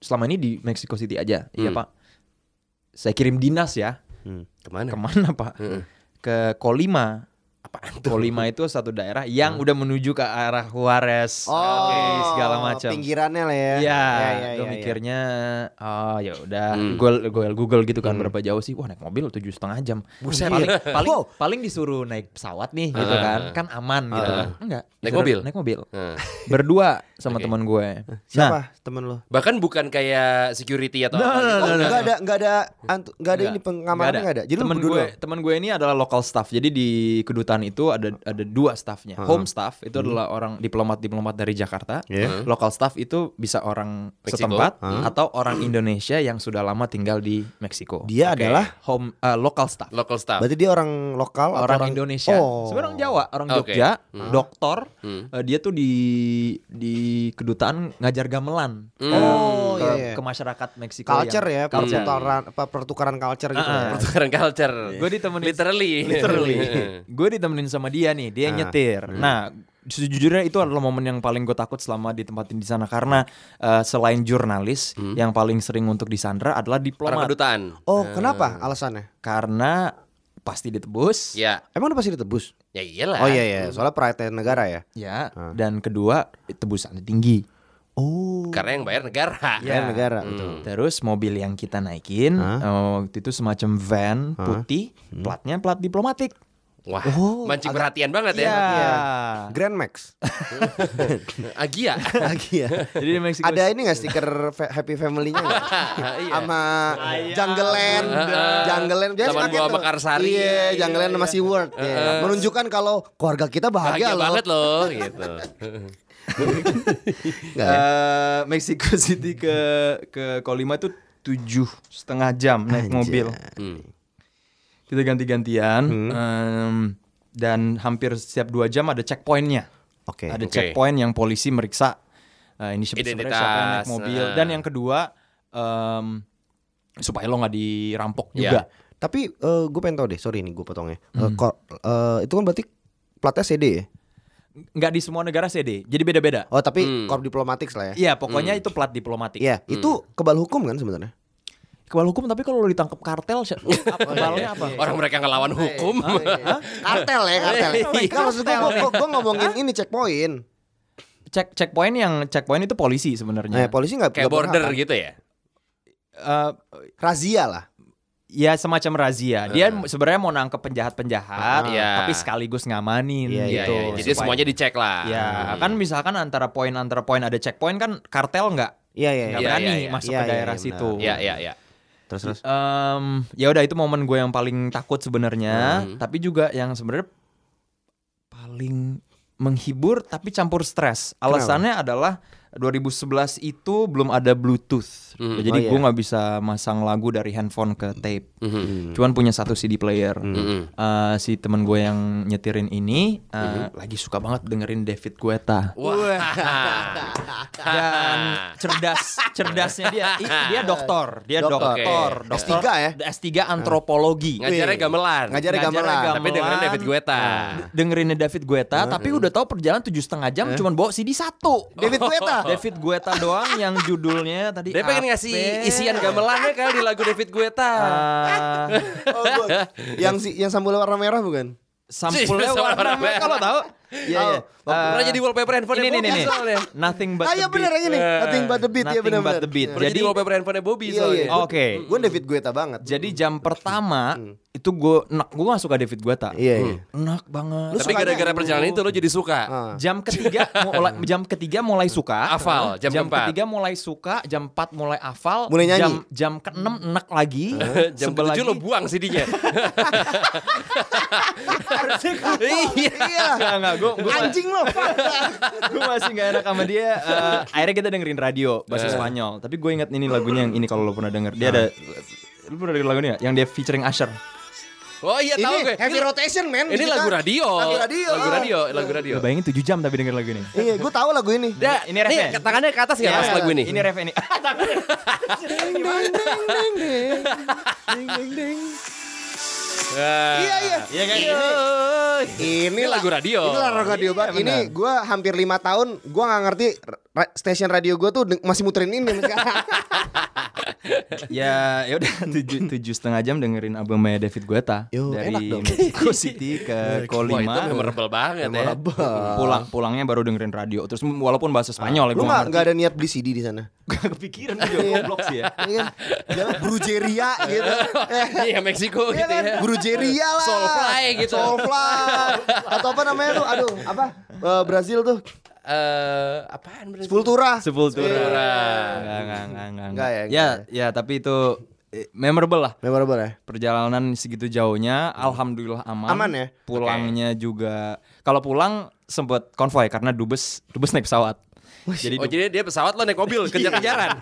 [SPEAKER 4] selama ini di Mexico City aja, iya
[SPEAKER 3] Hmm.
[SPEAKER 4] pak. Saya kirim dinas ya.
[SPEAKER 3] Kemana?
[SPEAKER 4] Kemana pak? Ke Kolima.
[SPEAKER 3] Apaan tuh? Hmm.
[SPEAKER 4] Kolima itu satu daerah yang udah menuju ke arah Juarez,
[SPEAKER 3] Oh,
[SPEAKER 4] oke, segala
[SPEAKER 2] Oh,
[SPEAKER 4] macam.
[SPEAKER 2] Pinggirannya lah ya.
[SPEAKER 4] Iya, Nah.
[SPEAKER 2] Ya, ya,
[SPEAKER 4] gue
[SPEAKER 2] ya, ya.
[SPEAKER 4] mikirnya oh ya udah
[SPEAKER 3] Hmm.
[SPEAKER 4] Google, Google Google gitu kan berapa jauh sih? Wah naik mobil tujuh setengah jam.
[SPEAKER 2] Buset.
[SPEAKER 4] paling
[SPEAKER 2] Iya.
[SPEAKER 4] paling,
[SPEAKER 2] Wow.
[SPEAKER 4] paling disuruh naik pesawat nih gitu
[SPEAKER 3] Ah.
[SPEAKER 4] kan, kan aman gitu.
[SPEAKER 3] Ah.
[SPEAKER 4] Enggak.
[SPEAKER 3] Naik
[SPEAKER 4] disuruh
[SPEAKER 3] mobil?
[SPEAKER 4] Naik mobil.
[SPEAKER 3] Nah.
[SPEAKER 4] Berdua sama
[SPEAKER 3] Oke.
[SPEAKER 4] teman gue. Nah,
[SPEAKER 2] Siapa temen lo?
[SPEAKER 3] Bahkan bukan kayak security atau
[SPEAKER 4] No,
[SPEAKER 3] apa
[SPEAKER 4] no,
[SPEAKER 2] Oh,
[SPEAKER 3] gitu.
[SPEAKER 4] no, no,
[SPEAKER 2] enggak
[SPEAKER 4] no.
[SPEAKER 2] ada enggak ada antu- enggak ada ini pengamanan enggak ada. Jadi lu
[SPEAKER 4] temen
[SPEAKER 2] berdua.
[SPEAKER 4] gue, temen gue ini adalah local staff. Jadi di kedutaan itu ada ada dua staffnya. Home staff itu
[SPEAKER 2] Hmm.
[SPEAKER 4] adalah orang diplomat-diplomat dari Jakarta.
[SPEAKER 2] Iya.
[SPEAKER 4] Local staff itu bisa orang
[SPEAKER 3] Meksiko.
[SPEAKER 4] setempat atau orang Indonesia yang sudah lama tinggal di Meksiko.
[SPEAKER 2] Dia
[SPEAKER 3] Oke.
[SPEAKER 2] adalah
[SPEAKER 4] home eh, local staff.
[SPEAKER 3] Local staff.
[SPEAKER 2] berarti dia orang lokal atau
[SPEAKER 4] orang, Indonesia.
[SPEAKER 2] Oh.
[SPEAKER 4] Sebenarnya orang Jawa, gitu orang
[SPEAKER 3] Oke.
[SPEAKER 4] Jogja, dokter.
[SPEAKER 3] Hmm.
[SPEAKER 4] eh, dia tuh di di kedutaan ngajar gamelan.
[SPEAKER 3] Hmm.
[SPEAKER 4] ke-
[SPEAKER 2] Oh,
[SPEAKER 4] ke,
[SPEAKER 2] iya, iya.
[SPEAKER 4] ke masyarakat Meksiko
[SPEAKER 2] culture
[SPEAKER 4] yang-
[SPEAKER 2] ya,
[SPEAKER 4] culture.
[SPEAKER 2] perputaran apa pertukaran culture gitu.
[SPEAKER 4] Ah,
[SPEAKER 2] ya.
[SPEAKER 4] ah.
[SPEAKER 3] Pertukaran culture.
[SPEAKER 4] Gue ditemenin
[SPEAKER 3] Iya. literally. Iya.
[SPEAKER 4] literally. Iya. gue ditemenin sama dia nih, dia yang
[SPEAKER 2] Ah.
[SPEAKER 4] nyetir. Nah, sejujurnya itu adalah momen yang paling gue takut selama ditempatin di sana karena eh, selain jurnalis
[SPEAKER 2] Hmm.
[SPEAKER 4] yang paling sering untuk disandra adalah
[SPEAKER 3] orang
[SPEAKER 4] diplomat
[SPEAKER 3] kedutaan.
[SPEAKER 2] Oh, kenapa
[SPEAKER 4] Ah.
[SPEAKER 2] alasannya?
[SPEAKER 4] karena pasti ditebus.
[SPEAKER 3] Ya,
[SPEAKER 2] Emang udah pasti ditebus?
[SPEAKER 3] ya iyalah.
[SPEAKER 2] Oh iya iya, soalnya perhatian negara ya.
[SPEAKER 4] Ya,
[SPEAKER 2] Ah.
[SPEAKER 4] dan kedua tebusannya tinggi.
[SPEAKER 2] Oh.
[SPEAKER 3] Karena yang bayar negara.
[SPEAKER 4] Ya.
[SPEAKER 2] Perhatian negara.
[SPEAKER 3] Hmm.
[SPEAKER 2] betul. Ah.
[SPEAKER 4] Terus mobil yang kita naikin
[SPEAKER 2] Hah?
[SPEAKER 4] eh, waktu itu semacam van
[SPEAKER 2] Ah.
[SPEAKER 4] putih,
[SPEAKER 2] Hmm.
[SPEAKER 4] platnya plat diplomatik.
[SPEAKER 3] Wah,
[SPEAKER 2] Oh,
[SPEAKER 3] mancing
[SPEAKER 2] agak-
[SPEAKER 3] perhatian banget ya.
[SPEAKER 4] Iya.
[SPEAKER 2] Grand Max.
[SPEAKER 3] Agia.
[SPEAKER 2] Lagi ya.
[SPEAKER 4] Jadi di Meksiko
[SPEAKER 2] Ada ini nggak stiker fa- happy family-nya nggak?
[SPEAKER 3] Iya.
[SPEAKER 2] Sama Jungle Land, Jungle Land. Biasa
[SPEAKER 3] Taman
[SPEAKER 2] pakai
[SPEAKER 3] Buah
[SPEAKER 2] tuh.
[SPEAKER 3] Mekarsari.
[SPEAKER 2] Iya, Jungle Land sama SeaWorld. Iya. Menunjukkan kalau keluarga kita bahagia,
[SPEAKER 3] Bahagia
[SPEAKER 2] loh.
[SPEAKER 3] banget loh gitu.
[SPEAKER 2] Nggak ya?
[SPEAKER 4] Eh, Mexico City ke ke Kolima tuh tujuh setengah jam naik
[SPEAKER 2] Anjay.
[SPEAKER 4] mobil.
[SPEAKER 3] Hmm.
[SPEAKER 4] Kita ganti-gantian
[SPEAKER 2] Hmm.
[SPEAKER 4] em, dan hampir setiap dua jam ada checkpointnya.
[SPEAKER 2] Oke.
[SPEAKER 4] Ada
[SPEAKER 3] Oke.
[SPEAKER 4] checkpoint yang polisi meriksa eh, ini siapa sebenarnya
[SPEAKER 3] Identitas,
[SPEAKER 4] siapa yang naik mobil.
[SPEAKER 3] nah.
[SPEAKER 4] Dan yang kedua em, supaya lo nggak dirampok
[SPEAKER 3] Iya.
[SPEAKER 4] juga.
[SPEAKER 2] Tapi eh, gue pengen tau deh, sorry nih gue potongnya. Eh, ko- eh, itu kan berarti platnya CD ya?
[SPEAKER 4] Nggak di semua negara CD. Jadi beda-beda.
[SPEAKER 2] Oh tapi
[SPEAKER 3] Hmm.
[SPEAKER 2] korp diplomatik lah ya?
[SPEAKER 4] Iya, pokoknya itu plat diplomatik.
[SPEAKER 2] Iya, itu kebal hukum kan sebenarnya?
[SPEAKER 4] Kebal hukum tapi kalau lo ditangkap kartel, si- apa- kebalnya apa?
[SPEAKER 3] Orang mereka ngelawan hukum.
[SPEAKER 2] Kartel ya, kartel. Enggak maksud gue, gue, gue ngomongin ini checkpoint.
[SPEAKER 4] Cek checkpoint yang checkpoint itu polisi
[SPEAKER 2] Nah,
[SPEAKER 4] sebenarnya.
[SPEAKER 2] polisi nggak
[SPEAKER 3] Kayak
[SPEAKER 2] nggak
[SPEAKER 3] border
[SPEAKER 2] berhak kan?
[SPEAKER 3] gitu ya.
[SPEAKER 4] Eh,
[SPEAKER 2] Razia lah.
[SPEAKER 4] ya semacam razia. Dia sebenarnya mau nangkep
[SPEAKER 3] Eh. Ah,
[SPEAKER 4] penjahat-penjahat,
[SPEAKER 3] iya.
[SPEAKER 4] tapi sekaligus ngamanin
[SPEAKER 2] Iya,
[SPEAKER 3] Iya,
[SPEAKER 4] gitu.
[SPEAKER 3] iya, iya. Jadi
[SPEAKER 4] Supaya-
[SPEAKER 3] semuanya dicek lah.
[SPEAKER 4] Ya,
[SPEAKER 3] Hmm.
[SPEAKER 4] kan misalkan antara poin antara poin ada checkpoint kan kartel nggak
[SPEAKER 2] Iya, iya,
[SPEAKER 4] nggak
[SPEAKER 2] iya.
[SPEAKER 3] Iya,
[SPEAKER 4] berani
[SPEAKER 3] iya.
[SPEAKER 4] masuk
[SPEAKER 2] Iya,
[SPEAKER 4] ke
[SPEAKER 2] iya,
[SPEAKER 4] daerah
[SPEAKER 2] iya,
[SPEAKER 4] situ.
[SPEAKER 3] Ya, ya, ya.
[SPEAKER 2] Terus terus.
[SPEAKER 4] Em, ya udah itu momen gue yang paling takut sebenarnya,
[SPEAKER 3] Hmm.
[SPEAKER 4] tapi juga yang sebenarnya paling menghibur tapi campur stres. Alasannya adalah 2011 itu belum ada Bluetooth,
[SPEAKER 3] Hmm.
[SPEAKER 4] jadi
[SPEAKER 2] Oh,
[SPEAKER 4] gue
[SPEAKER 2] iya.
[SPEAKER 4] nggak bisa masang lagu dari handphone ke tape.
[SPEAKER 3] Mhm.
[SPEAKER 4] Cuman punya satu CD player.
[SPEAKER 3] Mhm.
[SPEAKER 4] Eh, si temen gue yang nyetirin ini eh,
[SPEAKER 3] Hmm.
[SPEAKER 4] lagi suka banget dengerin David Guetta
[SPEAKER 3] Wah.
[SPEAKER 4] dan cerdas cerdasnya dia i- dia doktor dia
[SPEAKER 2] Doktor.
[SPEAKER 4] doktor doktor,
[SPEAKER 2] Oke. S3 ya?
[SPEAKER 4] S3 antropologi
[SPEAKER 3] Hmm. Ngajarnya gamelan.
[SPEAKER 2] Ngajarnya
[SPEAKER 4] Ngajarnya
[SPEAKER 2] gamelan.
[SPEAKER 4] gamelan. Nah,
[SPEAKER 3] Tapi dengerin David Guetta. Hmm.
[SPEAKER 4] dengerinnya David Guetta tapi udah tahu perjalanan tujuh setengah jam
[SPEAKER 3] Eh?
[SPEAKER 4] cuman bawa CD satu
[SPEAKER 2] David Guetta.
[SPEAKER 4] David Guetta doang yang judulnya tadi
[SPEAKER 3] Dia pengen
[SPEAKER 4] apa?
[SPEAKER 3] ngasih isian gamelannya kali di lagu David Guetta.
[SPEAKER 4] Ah,
[SPEAKER 2] Oh, gua- yang si yang sambal warna merah bukan?
[SPEAKER 3] Iya,
[SPEAKER 4] sampulnya
[SPEAKER 3] Sama
[SPEAKER 4] warna
[SPEAKER 3] orang merah.
[SPEAKER 4] kalau tahu ya ya
[SPEAKER 3] Oh, Waktu pernah
[SPEAKER 4] Eh,
[SPEAKER 3] jadi wallpaper handphone
[SPEAKER 4] ini nih
[SPEAKER 3] Bobby
[SPEAKER 4] nih nih.
[SPEAKER 3] soalnya.
[SPEAKER 4] nothing but
[SPEAKER 2] Ah,
[SPEAKER 4] the
[SPEAKER 2] iya bener
[SPEAKER 4] beat.
[SPEAKER 2] yang ini. Nothing but the beat ya
[SPEAKER 4] Nothing
[SPEAKER 2] benar
[SPEAKER 4] but the beat.
[SPEAKER 3] Pernah jadi
[SPEAKER 4] Jadi-
[SPEAKER 3] wallpaper handphone Bobby
[SPEAKER 2] Iya,
[SPEAKER 3] soalnya.
[SPEAKER 2] iya.
[SPEAKER 4] oke
[SPEAKER 2] Gue David Guetta banget.
[SPEAKER 4] Jadi jam pertama itu gue enak gue gak suka David Guetta.
[SPEAKER 2] Hmm. Iya, iya.
[SPEAKER 4] Enak banget.
[SPEAKER 2] Lu
[SPEAKER 3] Tapi
[SPEAKER 2] sukanya-
[SPEAKER 3] gara-gara perjalanan itu lo jadi suka.
[SPEAKER 2] Ah.
[SPEAKER 4] jam ketiga mulai jam ketiga mulai suka.
[SPEAKER 3] Hafal, jam keempat.
[SPEAKER 4] ketiga mulai suka, jam 4 mulai hafal,
[SPEAKER 2] Mulai nyanyi.
[SPEAKER 4] jam jam keenam enak lagi.
[SPEAKER 3] Jam
[SPEAKER 4] sebel
[SPEAKER 3] ketujuh
[SPEAKER 4] lagi.
[SPEAKER 3] lo buang CD-nya.
[SPEAKER 2] Iya.
[SPEAKER 4] Enggak, enggak, gue
[SPEAKER 2] Anjing lo.
[SPEAKER 4] gue masih nggak enak sama dia. Eh, akhirnya kita dengerin radio bahasa Spanyol. Tapi gue inget ini lagunya yang ini kalau lo pernah denger. Dia ada lu pernah denger lagu ini gak? Yang dia featuring Usher.
[SPEAKER 3] Oh iya tahu gue.
[SPEAKER 2] Ini heavy rotation, men.
[SPEAKER 3] Ini
[SPEAKER 2] Kita-
[SPEAKER 3] lagu radio.
[SPEAKER 2] Lagu radio. Ah.
[SPEAKER 3] Lagu radio, lagu radio.
[SPEAKER 4] Lo bayangin 7 jam tapi denger lagu ini.
[SPEAKER 2] Iya, gue tahu lagu ini.
[SPEAKER 3] Dah,
[SPEAKER 4] Ini refnya.
[SPEAKER 3] nih, tangannya ke atas ya
[SPEAKER 4] Iya,
[SPEAKER 3] pas lagu ini.
[SPEAKER 4] Ini ref ini.
[SPEAKER 2] Ding ding ding ding ding. Ding ding ding.
[SPEAKER 3] Ah.
[SPEAKER 2] Iya, iya.
[SPEAKER 3] Iya kan?
[SPEAKER 2] Iya. Ini
[SPEAKER 3] Ini lagu radio.
[SPEAKER 2] Ini lagu radio
[SPEAKER 4] Iya,
[SPEAKER 2] banget. Ini
[SPEAKER 4] benar.
[SPEAKER 2] gue hampir lima tahun gue nggak ngerti ra- stasiun radio gue tuh deng- masih muterin ini. sampai sekarang.
[SPEAKER 4] ya ya udah tujuh tujuh setengah jam dengerin albumnya David Guetta
[SPEAKER 2] Yo,
[SPEAKER 4] dari
[SPEAKER 2] enak dong.
[SPEAKER 4] Mexico City ke
[SPEAKER 3] Wah, itu
[SPEAKER 4] Kolima
[SPEAKER 3] memorable banget ya.
[SPEAKER 4] pulang pulangnya baru dengerin radio terus walaupun bahasa
[SPEAKER 3] Ah.
[SPEAKER 4] Spanyol ya
[SPEAKER 2] Lu
[SPEAKER 4] gua
[SPEAKER 2] nggak
[SPEAKER 4] ngerti.
[SPEAKER 2] nggak ada niat beli CD di sana?
[SPEAKER 4] Nggak kepikiran juga goblok sih ya
[SPEAKER 2] Iya kan? Jangan Brujeria gitu. Eh,
[SPEAKER 3] Iya Meksiko
[SPEAKER 2] Iya
[SPEAKER 3] gitu
[SPEAKER 2] kan?
[SPEAKER 3] ya.
[SPEAKER 2] Brujeria lah.
[SPEAKER 3] Soulfly gitu.
[SPEAKER 2] Soulfly. Atau apa namanya tuh? Aduh, apa? Eh, Brazil tuh.
[SPEAKER 3] Eh, apaan berarti?
[SPEAKER 2] Sepultura.
[SPEAKER 4] Sepultura
[SPEAKER 3] Sepultura.
[SPEAKER 4] Nggak, nggak, nggak, nggak,
[SPEAKER 2] Nggak ya,
[SPEAKER 4] nggak.
[SPEAKER 2] nggak
[SPEAKER 4] ya ya tapi itu eh, memorable lah
[SPEAKER 2] Memorable ya?
[SPEAKER 4] perjalanan segitu jauhnya alhamdulillah aman
[SPEAKER 2] Aman ya?
[SPEAKER 4] pulangnya juga kalau pulang sempet konvoy karena dubes dubes naik pesawat jadi,
[SPEAKER 3] Oh
[SPEAKER 4] dubes
[SPEAKER 3] jadi dia pesawat lo naik
[SPEAKER 2] Iya.
[SPEAKER 3] mobil kejar-kejaran.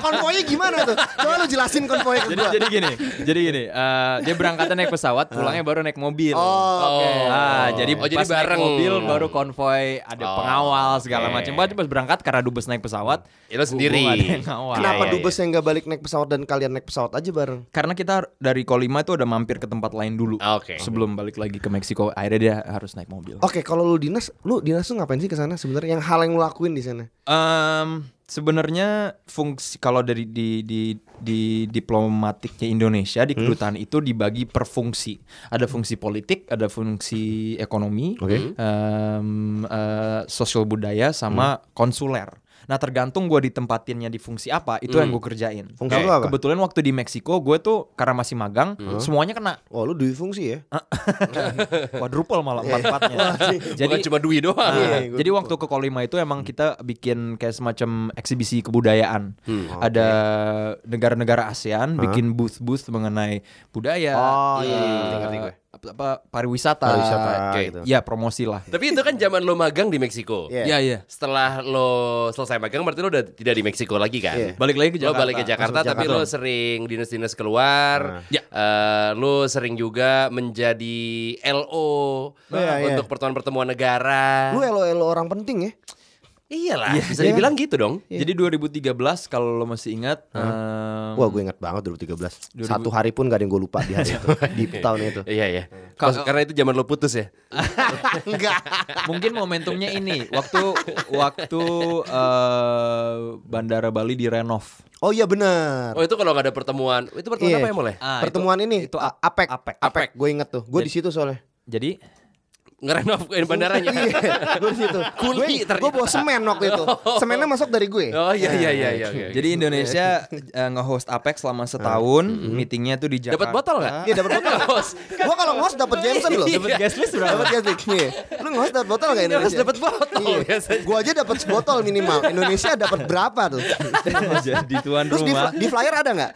[SPEAKER 2] Konvoynya gimana tuh? Coba lu jelasin konvoy ke
[SPEAKER 4] jadi
[SPEAKER 2] gua.
[SPEAKER 4] jadi gini jadi gini eh, dia berangkatnya naik pesawat pulangnya baru naik mobil
[SPEAKER 2] Oh, oke.
[SPEAKER 4] Ah, jadi
[SPEAKER 3] Oh,
[SPEAKER 4] pas
[SPEAKER 3] jadi
[SPEAKER 4] naik
[SPEAKER 3] bareng.
[SPEAKER 4] mobil baru konvoy ada
[SPEAKER 3] Oh,
[SPEAKER 4] pengawal segala
[SPEAKER 3] oke.
[SPEAKER 4] macam. Bahkan pas berangkat karena dubes naik pesawat,
[SPEAKER 3] Ya, lo sendiri.
[SPEAKER 4] gua nggak ada yang ngawal.
[SPEAKER 2] Kenapa
[SPEAKER 3] Iya, iya,
[SPEAKER 2] dubesnya nggak balik naik pesawat dan kalian naik pesawat aja bareng?
[SPEAKER 4] Karena kita dari Kolima itu udah mampir ke tempat lain dulu.
[SPEAKER 3] Oke.
[SPEAKER 4] Sebelum balik lagi ke Meksiko, akhirnya dia harus naik mobil.
[SPEAKER 2] Oke, kalau lu dinas, lu dinas tuh ngapain sih ke sana sebenarnya? Yang hal yang lu lakuin di sana?
[SPEAKER 4] Em, sebenarnya fungsi kalau dari di di di diplomatiknya Indonesia di kedutaan itu dibagi per fungsi. Ada fungsi politik, ada fungsi ekonomi,
[SPEAKER 2] Oke.
[SPEAKER 4] em, eh, sosial budaya sama konsuler. Nah, tergantung gue ditempatinnya di fungsi apa, itu yang gue kerjain.
[SPEAKER 2] Fungsi
[SPEAKER 4] Nah,
[SPEAKER 2] lu apa?
[SPEAKER 4] Kebetulan waktu di Meksiko gue tuh karena masih magang, semuanya kena
[SPEAKER 2] Oh, lu duit fungsi ya?
[SPEAKER 4] quadruple malah empat-empatnya.
[SPEAKER 3] Bukan cuma duit doang.
[SPEAKER 4] Nah,
[SPEAKER 2] Iya, gua
[SPEAKER 4] jadi
[SPEAKER 2] lupa.
[SPEAKER 4] waktu ke Kolima itu emang kita bikin kayak semacam eksibisi kebudayaan. Ada negara-negara ASEAN bikin booth-booth mengenai budaya.
[SPEAKER 2] Oh,
[SPEAKER 4] eh,
[SPEAKER 2] iya, iya, iya, ngerti gue.
[SPEAKER 4] apa, apa, pariwisata.
[SPEAKER 2] Pariwisata,
[SPEAKER 4] Kayak-
[SPEAKER 2] gitu.
[SPEAKER 4] Ya, promosi lah.
[SPEAKER 3] Tapi itu kan zaman lo magang di Meksiko.
[SPEAKER 2] Iya.
[SPEAKER 4] Iya, iya.
[SPEAKER 3] Setelah lo selesai magang berarti lo udah tidak di Meksiko lagi kan?
[SPEAKER 2] Iya.
[SPEAKER 4] Balik lagi ke
[SPEAKER 3] Lo
[SPEAKER 4] Jakarta.
[SPEAKER 3] balik ke Jakarta
[SPEAKER 2] Langsung ke
[SPEAKER 3] tapi
[SPEAKER 2] Jakarta.
[SPEAKER 3] lo sering dinas-dinas keluar.
[SPEAKER 2] Nah.
[SPEAKER 4] Ya.
[SPEAKER 3] Eh, lo sering juga menjadi LO
[SPEAKER 2] Iya, iya.
[SPEAKER 3] untuk pertemuan-pertemuan negara.
[SPEAKER 2] Lu elo-elo orang penting ya?
[SPEAKER 3] Iyalah, bisa
[SPEAKER 2] Iya.
[SPEAKER 3] dibilang gitu dong.
[SPEAKER 4] Jadi 2013 kalau lo masih ingat em,
[SPEAKER 2] Wah, gue ingat banget 2013. Satu hari pun gak ada yang gue lupa di hari itu, di tahun itu.
[SPEAKER 3] Iya ya. Karena itu zaman lo putus ya.
[SPEAKER 2] Enggak.
[SPEAKER 4] Mungkin momentumnya ini waktu waktu eh, bandara Bali direnov.
[SPEAKER 2] Oh iya benar.
[SPEAKER 3] Oh itu kalau nggak ada pertemuan, itu pertemuan
[SPEAKER 2] Iya.
[SPEAKER 3] apa ya, yang mulai?
[SPEAKER 4] Ah, itu-
[SPEAKER 2] Pertemuan ini itu
[SPEAKER 4] itu A-
[SPEAKER 2] APEC.
[SPEAKER 4] APEC.
[SPEAKER 2] APEC. Gue inget tuh. Gue di situ soalnya.
[SPEAKER 4] Jadi
[SPEAKER 3] Ngerenov eh, bandaranya.
[SPEAKER 2] Iya. gue di situ. Gue
[SPEAKER 3] Kuli
[SPEAKER 2] gue bawa semen waktu itu. Semennya masuk dari gue.
[SPEAKER 3] Oh iya iya iya iya. iya.
[SPEAKER 4] Jadi Indonesia eh, nge-host APEC selama setahun, meetingnya tuh di Jakarta. Iya.
[SPEAKER 3] dapat botol nggak?
[SPEAKER 2] Iya dapat botol. Gue kalau ngos dapat Jameson loh.
[SPEAKER 4] Dapat Oh, guest list berapa?
[SPEAKER 2] Dapat guest list. Iya. Lu ngos dapat botol nggak
[SPEAKER 3] Harus
[SPEAKER 2] Indonesia?
[SPEAKER 3] dapat botol biasanya.
[SPEAKER 2] Gue aja dapat sebotol minimal. Indonesia dapat berapa tuh?
[SPEAKER 4] jadi tuan
[SPEAKER 2] Terus di,
[SPEAKER 4] rumah,
[SPEAKER 2] di flyer ada nggak?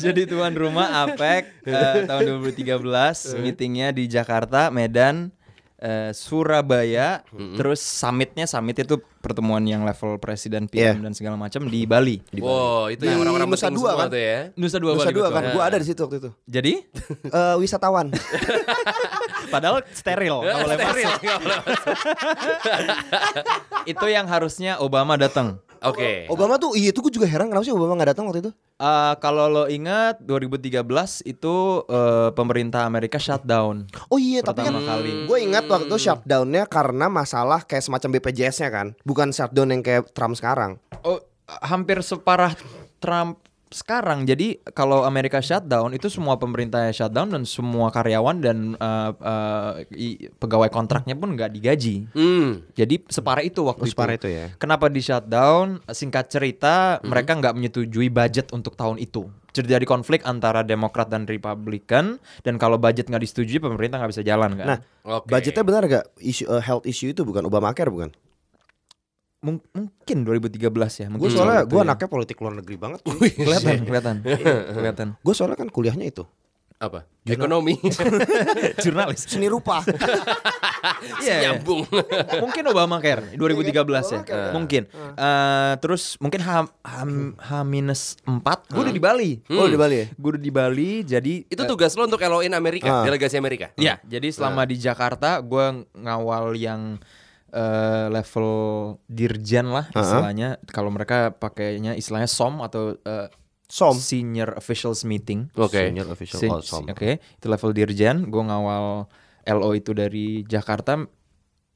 [SPEAKER 4] jadi tuan rumah APEC eh, tahun 2013, meetingnya di Jakarta, Medan, eh, Surabaya, terus summitnya summit itu pertemuan yang level presiden
[SPEAKER 2] Iya.
[SPEAKER 4] PM dan segala macam di Bali.
[SPEAKER 3] Wow, itu yang
[SPEAKER 2] Di
[SPEAKER 3] orang-orang
[SPEAKER 2] Nusa
[SPEAKER 3] penting
[SPEAKER 2] Dua,
[SPEAKER 3] semua
[SPEAKER 2] kan?
[SPEAKER 3] tuh ya.
[SPEAKER 4] Nusa Dua
[SPEAKER 2] Nusa
[SPEAKER 4] Bali.
[SPEAKER 2] dua
[SPEAKER 4] betul.
[SPEAKER 2] kan. Gue ada di situ waktu itu.
[SPEAKER 4] Jadi
[SPEAKER 2] Eh, wisatawan.
[SPEAKER 4] padahal steril, nggak boleh masuk.
[SPEAKER 3] Steril, nggak boleh masuk.
[SPEAKER 4] Itu yang harusnya Obama datang.
[SPEAKER 3] Oke.
[SPEAKER 2] Obama tuh, iya tuh gue juga heran kenapa sih Obama nggak datang waktu itu?
[SPEAKER 4] Eh, kalau lo ingat 2013 itu eh, pemerintah Amerika shutdown.
[SPEAKER 2] Oh iya, tapi kan
[SPEAKER 4] Pertama kali.
[SPEAKER 2] gue ingat waktu itu shutdownnya karena masalah kayak semacam BPJS-nya kan, bukan shutdown yang kayak Trump sekarang.
[SPEAKER 4] Oh, hampir separah Trump sekarang. Jadi kalau Amerika shutdown itu semua pemerintah shutdown dan semua karyawan dan eh, eh, i- pegawai kontraknya pun nggak digaji.
[SPEAKER 3] Hmm.
[SPEAKER 4] Jadi separah itu
[SPEAKER 2] Oh,
[SPEAKER 4] waktu
[SPEAKER 2] separah itu ya. Mm-hmm.
[SPEAKER 4] Kenapa di shutdown? Singkat cerita, mereka nggak menyetujui budget untuk tahun itu. Terjadi konflik antara Demokrat dan Republikan dan kalau budget nggak disetujui pemerintah nggak bisa jalan kan?
[SPEAKER 2] Nah,
[SPEAKER 3] Oke.
[SPEAKER 2] budgetnya benar gak isu eh, health issue itu bukan Obamacare bukan?
[SPEAKER 4] Mung- mungkin 2013 ya.
[SPEAKER 2] Gue
[SPEAKER 4] Mungkin
[SPEAKER 2] soalnya gue
[SPEAKER 4] waktu itu ya.
[SPEAKER 2] anaknya politik luar negeri banget.
[SPEAKER 4] kelihatan, kelihatan, kelihatan.
[SPEAKER 2] gue soalnya kan kuliahnya itu
[SPEAKER 3] apa? Ekonomi.
[SPEAKER 4] Jurnalis.
[SPEAKER 2] seni rupa.
[SPEAKER 4] Iya.
[SPEAKER 3] Nyambung.
[SPEAKER 4] mungkin Obamacare 2013 ya. Mungkin. Eh, terus mungkin H H- H-4 gue udah di Bali.
[SPEAKER 2] Oh di Bali ya?
[SPEAKER 4] Gue udah di Bali jadi
[SPEAKER 3] itu tugas lo untuk eloin Amerika,
[SPEAKER 2] Ah.
[SPEAKER 3] delegasi Amerika.
[SPEAKER 4] Ya, jadi selama di Jakarta gue ngawal yang eh, level dirjen lah
[SPEAKER 2] Ah.
[SPEAKER 4] istilahnya. Kalau mereka pakainya istilahnya SOM atau eh,
[SPEAKER 2] Som.
[SPEAKER 4] Senior Officials Meeting.
[SPEAKER 3] Oke.
[SPEAKER 2] Senior official
[SPEAKER 4] Se-
[SPEAKER 2] oh, som.
[SPEAKER 4] Oke, itu level dirjen. Gue ngawal LO itu dari Jakarta.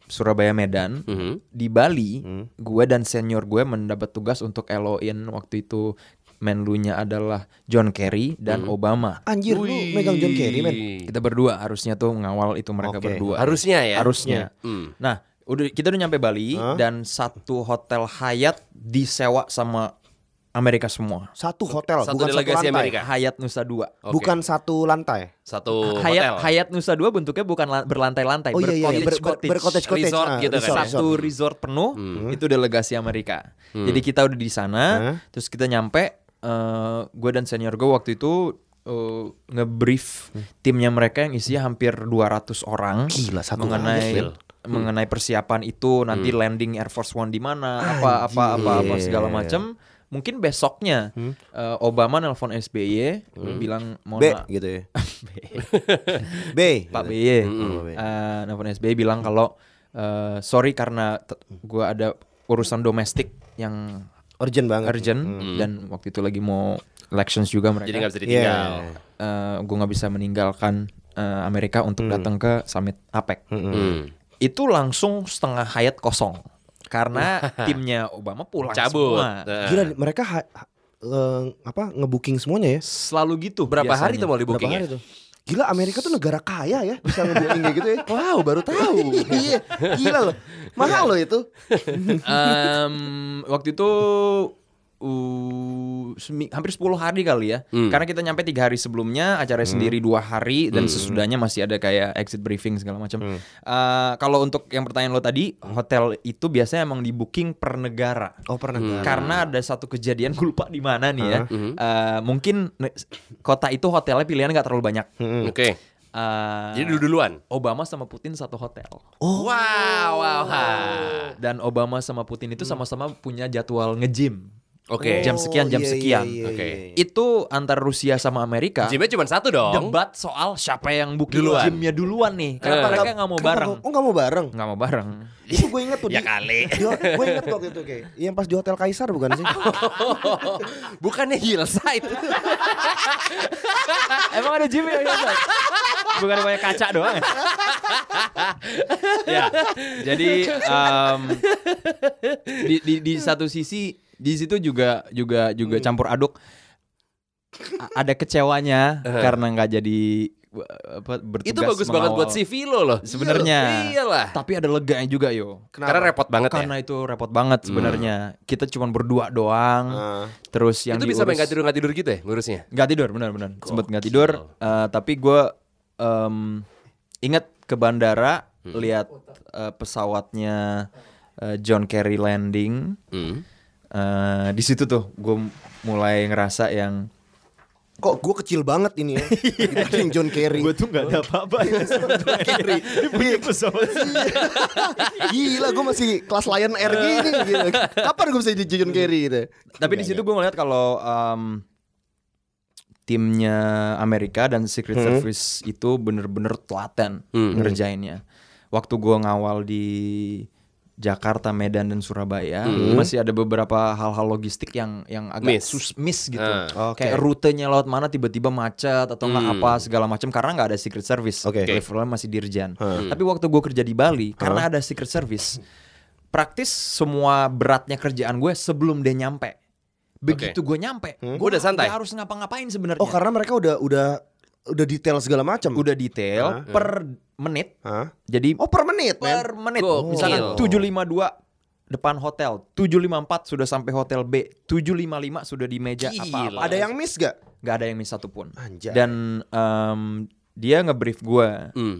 [SPEAKER 4] Surabaya Medan
[SPEAKER 2] Hmm.
[SPEAKER 3] Mhm.
[SPEAKER 4] di Bali gue dan senior gue mendapat tugas untuk LO-in waktu itu menlunya adalah John Kerry dan
[SPEAKER 2] Hmm.
[SPEAKER 4] Obama
[SPEAKER 2] Anjir, lu
[SPEAKER 3] Wih.
[SPEAKER 2] megang John Kerry, men.
[SPEAKER 4] kita berdua harusnya tuh mengawal itu mereka
[SPEAKER 2] Oke.
[SPEAKER 4] berdua
[SPEAKER 3] Harusnya ya.
[SPEAKER 4] harusnya
[SPEAKER 3] Hmm.
[SPEAKER 4] nah udah kita udah nyampe Bali
[SPEAKER 2] Hah?
[SPEAKER 4] dan satu hotel Hyatt disewa sama Amerika semua
[SPEAKER 2] Satu hotel,
[SPEAKER 3] Satu
[SPEAKER 2] bukan satu lantai.
[SPEAKER 3] delegasi Amerika.
[SPEAKER 4] Hyatt Nusa Dua
[SPEAKER 3] Oke.
[SPEAKER 2] Bukan satu lantai.
[SPEAKER 3] satu
[SPEAKER 4] Hayat
[SPEAKER 3] hotel.
[SPEAKER 4] Hayat Nusa Dua bentuknya bukan la- berlantai-lantai,
[SPEAKER 2] Oh iya iya, iya, ber- ber-
[SPEAKER 4] bercottage-cottage.
[SPEAKER 2] bercottage-cottage.
[SPEAKER 3] Resort
[SPEAKER 2] Ah,
[SPEAKER 3] gitu kan.
[SPEAKER 2] resort,
[SPEAKER 4] ya. Satu
[SPEAKER 2] resort.
[SPEAKER 4] resort penuh itu delegasi Amerika. Jadi kita udah di sana,
[SPEAKER 2] Hah?
[SPEAKER 4] terus kita nyampe. eh gue dan senior gue waktu itu eh, ngebrief timnya mereka yang isinya hampir 200 orang
[SPEAKER 2] Gila, satu
[SPEAKER 4] mengenai
[SPEAKER 2] lantai, Phil.
[SPEAKER 4] mengenai persiapan itu nanti landing Air Force One
[SPEAKER 2] Ah,
[SPEAKER 4] di mana apa apa
[SPEAKER 2] iya,
[SPEAKER 4] apa apa segala macam mungkin besoknya
[SPEAKER 2] Hmm.
[SPEAKER 4] eh, Obama nelpon SBY bilang mau
[SPEAKER 2] B gitu ya. B.
[SPEAKER 4] Pak
[SPEAKER 2] gitu. Pak BY.
[SPEAKER 4] BY eh, nelfon SBY bilang kalau eh, sorry karena te- gua ada urusan domestik yang
[SPEAKER 2] Urgent banget.
[SPEAKER 4] urgent dan waktu itu lagi mau elections juga mereka.
[SPEAKER 3] Jadi nggak bisa
[SPEAKER 2] Iya.
[SPEAKER 3] ditinggal.
[SPEAKER 4] Eh, gua nggak bisa meninggalkan eh, Amerika untuk datang ke summit APEC.
[SPEAKER 3] Hmm.
[SPEAKER 4] Itu langsung setengah hayat kosong karena timnya Obama pulang
[SPEAKER 3] Cabut.
[SPEAKER 4] semua.
[SPEAKER 3] Nah.
[SPEAKER 2] Gila, mereka ha- ha- eh, apa ngebooking semuanya ya?
[SPEAKER 4] Selalu gitu.
[SPEAKER 3] Berapa hari
[SPEAKER 4] biasanya.
[SPEAKER 3] tuh mau ya? di
[SPEAKER 2] Berapa hari
[SPEAKER 3] bookingnya?
[SPEAKER 2] tuh? Gila Amerika tuh negara kaya ya bisa ngebooking kayak gitu ya. Wow, baru tahu. Iya, gila loh. Mahal loh itu.
[SPEAKER 4] Em, waktu itu uh, semi- hampir 10 hari kali ya. Karena kita nyampe tiga hari sebelumnya, acara sendiri dua hari dan sesudahnya masih ada kayak exit briefing segala macam. Eh, Kalau untuk yang pertanyaan lo tadi, hotel itu biasanya emang di booking per negara.
[SPEAKER 2] Oh, pernah
[SPEAKER 4] Karena ada satu kejadian gue lupa di mana nih ya. Eh, mungkin ne- kota itu hotelnya pilihan nggak terlalu banyak.
[SPEAKER 3] Oke.
[SPEAKER 4] Eh,
[SPEAKER 3] Hmm. Jadi dulu duluan.
[SPEAKER 4] Obama sama Putin satu hotel.
[SPEAKER 3] Wow, wow. wow.
[SPEAKER 4] Gitu. Dan Obama sama Putin itu
[SPEAKER 3] Hmm.
[SPEAKER 4] sama-sama punya jadwal nge-gym.
[SPEAKER 3] Oke.
[SPEAKER 4] Jam sekian, jam
[SPEAKER 2] iya, iya,
[SPEAKER 4] sekian.
[SPEAKER 2] iya, iya,
[SPEAKER 3] Oke.
[SPEAKER 2] iya.
[SPEAKER 4] Itu antara Rusia sama Amerika
[SPEAKER 3] Gymnya cuma satu dong.
[SPEAKER 4] debat soal siapa yang booking
[SPEAKER 3] Duluan.
[SPEAKER 4] gymnya duluan nih. Karena
[SPEAKER 3] Eh.
[SPEAKER 4] mereka nggak mau
[SPEAKER 2] Kenapa
[SPEAKER 4] bareng.
[SPEAKER 2] gua- Oh, nggak mau bareng.
[SPEAKER 4] Nggak mau bareng.
[SPEAKER 2] Itu gue inget tuh
[SPEAKER 3] Ya
[SPEAKER 2] di-
[SPEAKER 3] kali.
[SPEAKER 2] di- gue inget waktu itu kayak yang pas di hotel Kaisar bukan sih?
[SPEAKER 3] Bukannya hillside.
[SPEAKER 4] Emang ada gym ya? Bukan banyak kaca doang. ya? ya. Jadi em, di, di, di satu sisi di situ juga juga juga
[SPEAKER 3] Hmm.
[SPEAKER 4] campur aduk A- ada kecewanya karena nggak jadi eh, apa, bertugas
[SPEAKER 3] Itu bagus banget
[SPEAKER 4] mengawal.
[SPEAKER 3] buat CV lo loh.
[SPEAKER 4] Sebenarnya.
[SPEAKER 3] Iyalah.
[SPEAKER 4] Tapi ada leganya juga yo.
[SPEAKER 3] Karena repot banget ya. Hmm.
[SPEAKER 4] Karena itu repot banget sebenarnya. Kita cuma berdua doang. Terus yang
[SPEAKER 3] Ah. Itu bisa main
[SPEAKER 4] diurus-
[SPEAKER 3] nggak tidur nggak tidur gitu ya ngurusnya.
[SPEAKER 4] Nggak tidur benar-benar. Sempet nggak tidur. Eh, tapi gue ingat ke bandara lihat eh, pesawatnya eh, John Kerry landing.
[SPEAKER 3] Hmm.
[SPEAKER 4] Eh, di situ tuh gue mulai ngerasa yang
[SPEAKER 2] Kok gue kecil banget ini ya? Dibanding John Kerry. Iya,
[SPEAKER 4] gue Iya. tuh nggak ada apa-apa ya John Kerry Dia punya pesawat
[SPEAKER 2] Gila, gue masih kelas Lion Air gini. Gitu. Kapan gue bisa jadi John Kerry gitu?
[SPEAKER 4] Tapi
[SPEAKER 3] Iya,
[SPEAKER 4] di situ gue ngeliat kalau em, timnya Amerika dan Secret
[SPEAKER 3] Hmm.
[SPEAKER 4] Service itu bener-bener telaten ngerjainnya. Waktu gue ngawal di Jakarta, Medan dan Surabaya masih ada beberapa hal-hal logistik yang yang
[SPEAKER 3] Hmm.
[SPEAKER 4] agak
[SPEAKER 3] Miss.
[SPEAKER 4] sus miss gitu.
[SPEAKER 3] Ah. Hmm.
[SPEAKER 2] Oke.
[SPEAKER 4] Kayak rutenya laut mana tiba-tiba macet atau nggak apa segala macam karena nggak ada Secret Service.
[SPEAKER 2] Oke.
[SPEAKER 4] Levelnya masih Dirjen.
[SPEAKER 3] Hmm.
[SPEAKER 4] Tapi waktu gue kerja di Bali karena ada Secret Service, praktis semua beratnya kerjaan gue sebelum dia nyampe. Begitu gue nyampe,
[SPEAKER 3] Hmm?
[SPEAKER 4] gue
[SPEAKER 3] Udah santai?
[SPEAKER 4] harus ngapa-ngapain sebenarnya. Hmm.
[SPEAKER 2] Oh, karena mereka udah udah udah detail segala macam.
[SPEAKER 4] Iya. udah detail per menit.
[SPEAKER 2] Hah?
[SPEAKER 4] Jadi
[SPEAKER 2] Oh, per menit, men.
[SPEAKER 4] per menit.
[SPEAKER 3] Gokil.
[SPEAKER 4] Misalnya 752 depan hotel, 754 sudah sampai hotel B, 755 sudah di meja
[SPEAKER 3] Gila.
[SPEAKER 4] apa-apa.
[SPEAKER 2] Ada yang miss gak?
[SPEAKER 4] nggak ada yang miss satupun.
[SPEAKER 2] Anjay.
[SPEAKER 4] Dan em, dia ngebrief gue.
[SPEAKER 3] Hmm.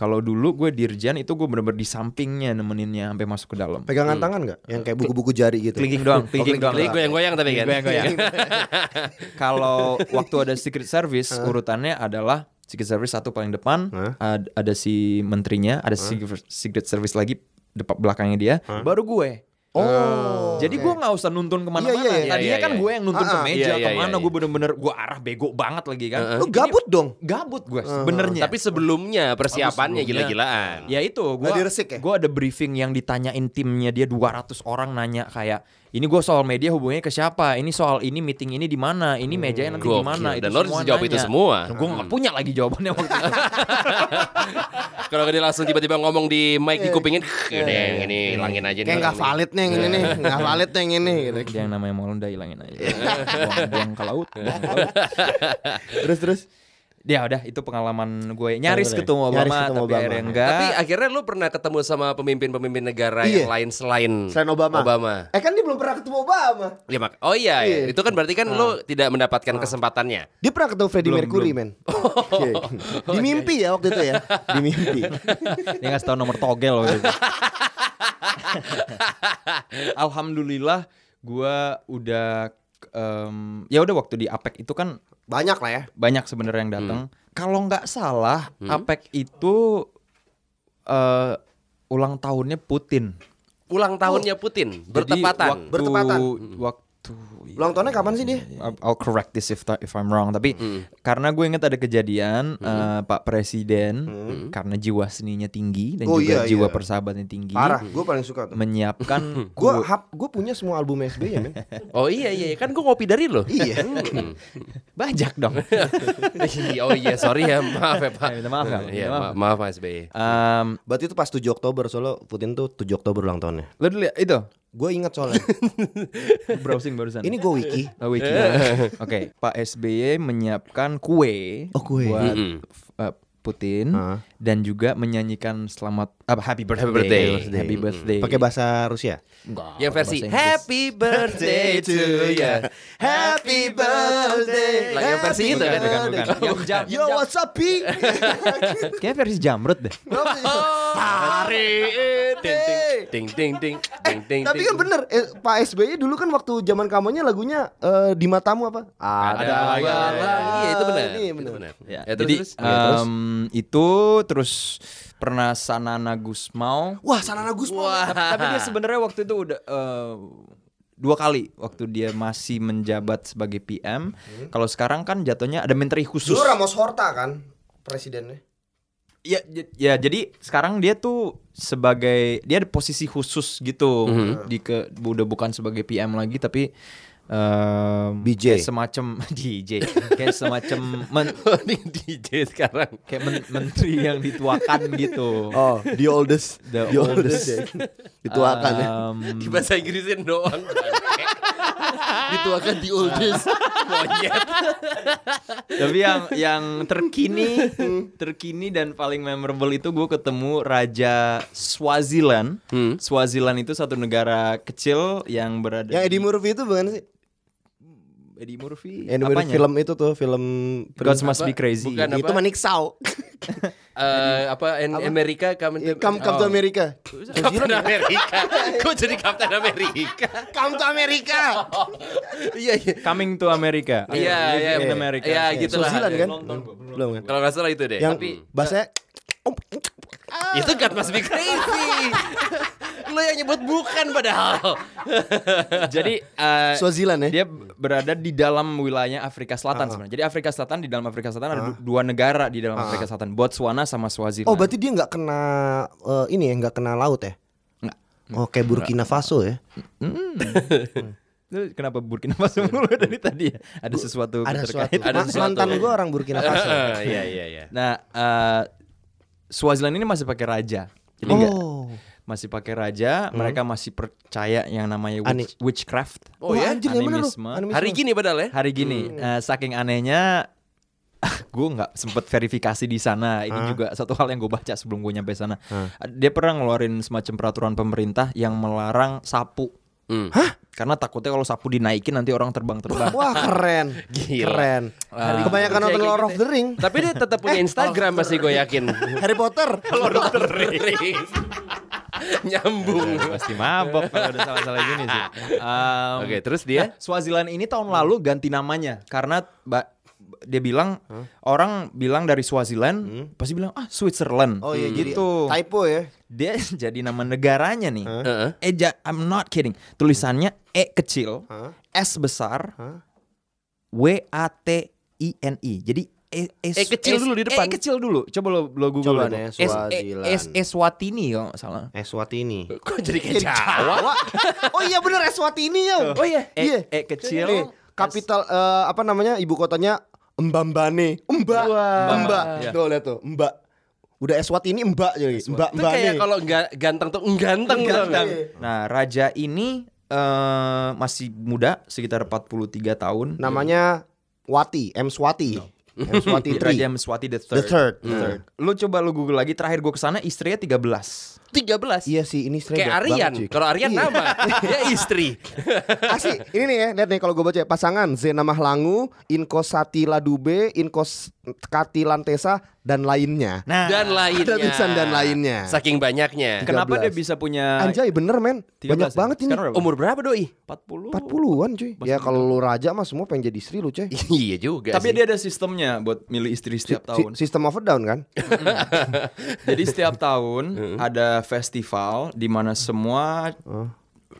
[SPEAKER 4] Kalau dulu gue dirjan itu gue bener-bener di sampingnya nemeninnya sampai masuk ke dalam.
[SPEAKER 2] Pegangan tangan gak? Yang kayak buku-buku jari gitu.
[SPEAKER 4] Hmm. Kelingking doang, kelingking doang. Iya,
[SPEAKER 3] Jadi goyang-goyang tapi kan.
[SPEAKER 4] Goyang-goyang. Kalau waktu ada Secret Service urutannya adalah Secret Service satu paling depan, ad- ada si menterinya, ada Secret- Secret Service lagi depan belakangnya dia, baru gue.
[SPEAKER 2] Oh. oke.
[SPEAKER 4] Jadi gue nggak usah nuntun kemana-mana.
[SPEAKER 2] Iya, iya, iya.
[SPEAKER 4] Tadinya
[SPEAKER 3] Iya, iya,
[SPEAKER 4] kan
[SPEAKER 3] iya.
[SPEAKER 4] gue yang nuntun
[SPEAKER 2] Ah, ah.
[SPEAKER 4] ke meja
[SPEAKER 3] Iya, iya,
[SPEAKER 4] kemana,
[SPEAKER 3] iya, iya.
[SPEAKER 4] gue bener-bener gue arah bego banget lagi kan.
[SPEAKER 3] Heeh.
[SPEAKER 2] Lu gabut dong.
[SPEAKER 4] Gabut gue sebenarnya.
[SPEAKER 3] Tapi sebelumnya persiapannya
[SPEAKER 4] sebelumnya.
[SPEAKER 3] gila-gilaan.
[SPEAKER 4] Ya itu, gue
[SPEAKER 2] Nggak diresik ya?
[SPEAKER 4] ada briefing yang ditanyain timnya dia 200 orang nanya kayak ini gue soal media hubungannya ke siapa, ini soal ini meeting ini di mana, ini
[SPEAKER 2] Hmm,
[SPEAKER 4] mejanya nanti di
[SPEAKER 3] Gokil.
[SPEAKER 4] mana.
[SPEAKER 3] Dan lo harus jawab itu semua. Hmm.
[SPEAKER 4] Gue nggak punya lagi jawabannya waktu itu.
[SPEAKER 3] Kalau dia langsung tiba-tiba ngomong di mic di kupingin, yaudah yang ini hilangin aja nih.
[SPEAKER 2] Kayak nggak
[SPEAKER 3] hilangin.
[SPEAKER 2] valid nih yang ini nih, nggak valid nih yang ini. Gitu.
[SPEAKER 4] dia yang namanya Molon udah hilangin aja. buang, buang ke laut.
[SPEAKER 3] Iya.
[SPEAKER 4] buang ke laut.
[SPEAKER 2] Terus terus.
[SPEAKER 4] Ya udah itu pengalaman gue
[SPEAKER 2] Iya,
[SPEAKER 4] nyaris
[SPEAKER 2] Bener.
[SPEAKER 4] ketemu Obama
[SPEAKER 2] Nyaris ketemu
[SPEAKER 4] tapi
[SPEAKER 2] Obama.
[SPEAKER 4] akhirnya enggak.
[SPEAKER 3] Tapi akhirnya lu pernah ketemu sama pemimpin-pemimpin negara
[SPEAKER 2] Iya.
[SPEAKER 3] yang lain selain
[SPEAKER 2] Selain Obama.
[SPEAKER 3] Obama.
[SPEAKER 2] Eh kan dia belum pernah ketemu Obama.
[SPEAKER 3] Ya, mak- oh iya, iya.
[SPEAKER 2] Iya.
[SPEAKER 3] itu kan berarti kan lu tidak mendapatkan kesempatannya.
[SPEAKER 2] Dia pernah ketemu Freddie
[SPEAKER 4] Belum,
[SPEAKER 2] Mercury, men.
[SPEAKER 4] belum.
[SPEAKER 2] Oke. Di mimpi ya waktu itu ya. Di mimpi.
[SPEAKER 4] Dia ngasih tahu nomor togel loh gitu. Alhamdulillah gue udah em, ya udah waktu di APEC itu kan
[SPEAKER 2] Banyak lah ya.
[SPEAKER 4] banyak sebenarnya yang datang. Kalau nggak salah
[SPEAKER 2] Hmm.
[SPEAKER 4] APEC itu eh, ulang tahunnya Putin.
[SPEAKER 3] Ulang tahunnya Putin bertepatan.
[SPEAKER 4] Jadi waktu, Hmm.
[SPEAKER 2] Bertepatan.
[SPEAKER 4] Waktu iya.
[SPEAKER 2] Ulang tahunnya kapan sih dia?
[SPEAKER 4] I'll I'll correct this if if I'm wrong. Tapi
[SPEAKER 2] Hmm.
[SPEAKER 4] karena gue inget ada kejadian eh, Pak Presiden karena jiwa seninya tinggi dan
[SPEAKER 2] Hmm. Oh,
[SPEAKER 4] juga
[SPEAKER 2] iya,
[SPEAKER 4] jiwa
[SPEAKER 2] iya.
[SPEAKER 4] persahabatnya tinggi
[SPEAKER 2] Parah, Hmm. gue paling suka tuh.
[SPEAKER 4] menyiapkan
[SPEAKER 2] Gue
[SPEAKER 4] kue-
[SPEAKER 2] hap, gue punya semua album SBY men.
[SPEAKER 3] oh iya iya, kan gua ngopi dari lo.
[SPEAKER 2] Iya.
[SPEAKER 4] bajak dong.
[SPEAKER 3] oh iya, sorry ya, maaf ya Pak.
[SPEAKER 4] Ya, minta maaf, Kak.
[SPEAKER 3] Iya,
[SPEAKER 4] Minta maaf.
[SPEAKER 3] ma- maaf Mas SBY.
[SPEAKER 4] Em,
[SPEAKER 2] Berarti itu pas 7 Oktober soalnya Putin tuh 7 Oktober ulang tahunnya.
[SPEAKER 4] lo dulu ya, itu
[SPEAKER 2] Gue ingat soalnya.
[SPEAKER 4] browsing barusan.
[SPEAKER 2] Ini gue wiki.
[SPEAKER 4] Oh, wiki.
[SPEAKER 3] Eh.
[SPEAKER 4] Oke, Pak SBY menyiapkan kue,
[SPEAKER 2] Oh, kue.
[SPEAKER 4] buat
[SPEAKER 3] Mm-mm.
[SPEAKER 4] f- eh, Putin
[SPEAKER 2] Ah.
[SPEAKER 4] dan juga menyanyikan selamat ah, happy birthday happy
[SPEAKER 3] birthday.
[SPEAKER 4] happy birthday.
[SPEAKER 2] Pakai bahasa Rusia.
[SPEAKER 4] Enggak,
[SPEAKER 3] Yang versi
[SPEAKER 4] bahasa Inggris.
[SPEAKER 3] Happy Birthday to ya. you.
[SPEAKER 2] Happy birthday.
[SPEAKER 3] Lah, yang versi
[SPEAKER 2] happy
[SPEAKER 3] itu kan?
[SPEAKER 2] birthday.
[SPEAKER 4] Bukan, bukan, bukan. Yang jam-
[SPEAKER 2] Yo
[SPEAKER 4] yang jam.
[SPEAKER 2] what's up Pi?
[SPEAKER 4] Kayaknya versi jamrut deh.
[SPEAKER 3] Hari ini. Ting ting ting ting ting.
[SPEAKER 2] Tapi kan
[SPEAKER 3] ting.
[SPEAKER 2] bener eh, Pak SBY dulu kan waktu zaman kampanye lagunya eh, di matamu apa?
[SPEAKER 3] Ada lagi. Iya, itu benar.
[SPEAKER 2] Ini
[SPEAKER 3] Itu
[SPEAKER 2] benar.
[SPEAKER 3] benar.
[SPEAKER 4] Ya,
[SPEAKER 3] Ya, terus, terus.
[SPEAKER 4] jadi em, itu terus pernah Sanana Gusmao.
[SPEAKER 2] Wah, Sanana Gusman.
[SPEAKER 4] Tapi dia sebenarnya waktu itu udah eh, dua kali waktu dia masih menjabat sebagai PM.
[SPEAKER 2] Hmm.
[SPEAKER 4] Kalau sekarang kan jatuhnya ada menteri khusus.
[SPEAKER 2] Dulu Ramos Horta kan presidennya.
[SPEAKER 4] Ya, j- ya jadi sekarang dia tuh sebagai dia ada posisi khusus gitu
[SPEAKER 2] Mhm.
[SPEAKER 4] di ke udah bukan sebagai PM lagi tapi em,
[SPEAKER 2] BJ.
[SPEAKER 4] kayak semacam DJ kayak semacam men-
[SPEAKER 3] Ini DJ sekarang.
[SPEAKER 4] kayak men- menteri yang dituakan gitu.
[SPEAKER 2] Oh, the oldest,
[SPEAKER 4] The oldest.
[SPEAKER 2] Dituakan ya.
[SPEAKER 4] Em,
[SPEAKER 3] Di bahasa Inggrisin doang. Dituakan di oldest monyet.
[SPEAKER 4] Tapi yang yang terkini,
[SPEAKER 2] Hmm.
[SPEAKER 4] terkini dan paling memorable itu gue ketemu Raja Swaziland.
[SPEAKER 2] Hmm.
[SPEAKER 3] Hmm.
[SPEAKER 4] Swaziland itu satu negara kecil yang berada
[SPEAKER 2] Yang Eddie Murphy itu bukan sih?
[SPEAKER 4] di Eddie Murphy.
[SPEAKER 2] Eddie Murphy
[SPEAKER 4] Apanya?
[SPEAKER 2] film itu tuh, film
[SPEAKER 4] Gods Must Be Crazy.
[SPEAKER 3] Bukan apa?
[SPEAKER 2] itu Manik Sao.
[SPEAKER 3] Eh, apa, in America come to,
[SPEAKER 2] Come come to America.
[SPEAKER 3] Captain America. Kok jadi Captain America?
[SPEAKER 2] Come to America.
[SPEAKER 3] Iya iya.
[SPEAKER 4] Coming to America.
[SPEAKER 3] Iya iya
[SPEAKER 4] in America.
[SPEAKER 3] Iya gitu lah.
[SPEAKER 2] Swaziland kan? Belum kan?
[SPEAKER 3] Kalau nggak salah itu deh.
[SPEAKER 2] Yang Ah. bahasanya
[SPEAKER 3] Tapi itu God must be crazy. Lo yang nyebut bukan padahal.
[SPEAKER 4] Jadi eh, Ah.
[SPEAKER 2] Swaziland ya.
[SPEAKER 4] dia berada di dalam wilayah Afrika Selatan sebenarnya. Jadi Afrika Selatan di dalam Afrika Selatan ada du- dua negara di dalam Afrika Selatan, Botswana sama Swaziland.
[SPEAKER 2] Oh berarti dia nggak kena eh, ini ya nggak kena laut ya?
[SPEAKER 4] Nggak.
[SPEAKER 2] Oh kayak Burkina Faso ya?
[SPEAKER 4] Lu kenapa Burkina Faso mulu dari tadi ya? Ada sesuatu
[SPEAKER 2] Ada
[SPEAKER 4] keterkaitan.
[SPEAKER 2] suatu.
[SPEAKER 3] Ada
[SPEAKER 2] Ma-
[SPEAKER 3] sesuatu.
[SPEAKER 2] Mantan gue orang Burkina Faso.
[SPEAKER 3] Iya iya iya.
[SPEAKER 4] Nah, eh, Swaziland ini masih pakai raja. Jadi nggak-
[SPEAKER 2] oh.
[SPEAKER 4] masih pakai raja, mereka masih percaya yang namanya
[SPEAKER 2] Ani-
[SPEAKER 4] witch- witchcraft.
[SPEAKER 3] Oh, ya?
[SPEAKER 2] Anjir, yang bener lu.
[SPEAKER 4] Animisme.
[SPEAKER 2] Animisme.
[SPEAKER 3] Hari gini padahal ya.
[SPEAKER 4] Hari
[SPEAKER 2] Hmm.
[SPEAKER 4] gini, eh, saking anehnya gue nggak sempet verifikasi di sana. Ini juga satu hal yang gue baca sebelum gue nyampe sana. Dia pernah ngeluarin semacam peraturan pemerintah yang melarang sapu.
[SPEAKER 3] Hmm.
[SPEAKER 4] Karena takutnya kalau sapu dinaikin nanti orang terbang-terbang.
[SPEAKER 2] Wah keren.
[SPEAKER 3] Gila.
[SPEAKER 2] Keren.
[SPEAKER 4] Ah.
[SPEAKER 2] Kebanyakan
[SPEAKER 3] Kayak
[SPEAKER 2] nonton
[SPEAKER 3] gitu
[SPEAKER 2] Lord
[SPEAKER 3] ya.
[SPEAKER 2] of the Ring. Eh,
[SPEAKER 3] Tapi dia tetap punya Instagram masih gue yakin.
[SPEAKER 2] Harry Potter.
[SPEAKER 3] Lord of the Rings. Nyambung.
[SPEAKER 4] Pasti mabok kalau ada salah-salah gini sih. Em, eh,
[SPEAKER 3] Oke, terus dia?
[SPEAKER 4] Swaziland ini tahun lalu ganti namanya karena ba- dia bilang orang bilang dari Swaziland pasti bilang ah Switzerland.
[SPEAKER 2] Hmm? Oh iya jadi
[SPEAKER 4] gitu.
[SPEAKER 2] typo ya.
[SPEAKER 4] Dia jadi nama negaranya nih.
[SPEAKER 3] Heeh.
[SPEAKER 4] Eja, Eh, I'm not kidding. Tulisannya E kecil,
[SPEAKER 2] Hah?
[SPEAKER 4] S besar,
[SPEAKER 2] Hah?
[SPEAKER 4] W A T I N I. Jadi E,
[SPEAKER 3] E kecil dulu di depan.
[SPEAKER 4] E kecil dulu. Coba lo lo Google
[SPEAKER 2] Coba
[SPEAKER 4] dulu.
[SPEAKER 2] deh,
[SPEAKER 4] S- E-
[SPEAKER 2] Swaziland.
[SPEAKER 4] S Eswatini kalau nggak salah.
[SPEAKER 2] Eswatini.
[SPEAKER 3] Kok jadi kayak Jawa?
[SPEAKER 2] Eh, oh iya bener Eswatini ya.
[SPEAKER 4] Oh iya, E,
[SPEAKER 2] Iya.
[SPEAKER 4] E kecil.
[SPEAKER 2] Nih, kapital eh, apa namanya ibu kotanya Mbambane. Mbak. Mbak.
[SPEAKER 4] Iya.
[SPEAKER 2] Tuh lihat tuh, Mbak. Udah Eswatini Mbak jadi. Mbak
[SPEAKER 3] Itu kayak
[SPEAKER 2] Mbak.
[SPEAKER 3] kalau nggak ganteng gitu kan. tuh engganteng tau nggak?
[SPEAKER 4] Nah, raja ini eh, masih muda, sekitar 43 tahun.
[SPEAKER 2] Nah, Namanya Wati, M Swati. M Swati
[SPEAKER 4] Raja
[SPEAKER 2] 3.
[SPEAKER 4] Meswati the
[SPEAKER 2] The
[SPEAKER 4] Third.
[SPEAKER 2] third.
[SPEAKER 4] Lu coba lu Google lagi terakhir gue kesana istrinya 13.
[SPEAKER 3] 13
[SPEAKER 2] Iya sih, ini sering
[SPEAKER 3] Kayak Aryan Kalau Aryan
[SPEAKER 2] Iya.
[SPEAKER 3] nama Ya istri
[SPEAKER 2] Asli, ini nih ya, lihat nih kalau gue baca ya. pasangan Zena Mahlangu, Inko Satila Dube, Inko Kati Lantesa dan lainnya.
[SPEAKER 4] Nah,
[SPEAKER 3] Dan lainnya
[SPEAKER 2] Ada tulisan dan lainnya.
[SPEAKER 3] Saking banyaknya
[SPEAKER 2] 13.
[SPEAKER 4] kenapa dia bisa punya
[SPEAKER 2] Eh, Anjay bener men,
[SPEAKER 4] 13
[SPEAKER 2] banyak
[SPEAKER 4] ya?
[SPEAKER 2] banget ini.
[SPEAKER 4] Sekarang berapa?
[SPEAKER 3] Umur berapa doi?
[SPEAKER 4] 40.
[SPEAKER 2] 40-an cuy. Ya kalau lu raja mah semua pengen jadi istri lu cuy.
[SPEAKER 3] Iya juga
[SPEAKER 4] Tapi
[SPEAKER 3] sih.
[SPEAKER 4] dia ada sistemnya buat milih istri setiap
[SPEAKER 2] Si-
[SPEAKER 4] tahun.
[SPEAKER 2] System of a down kan?
[SPEAKER 4] Jadi setiap tahun ada festival di mana semua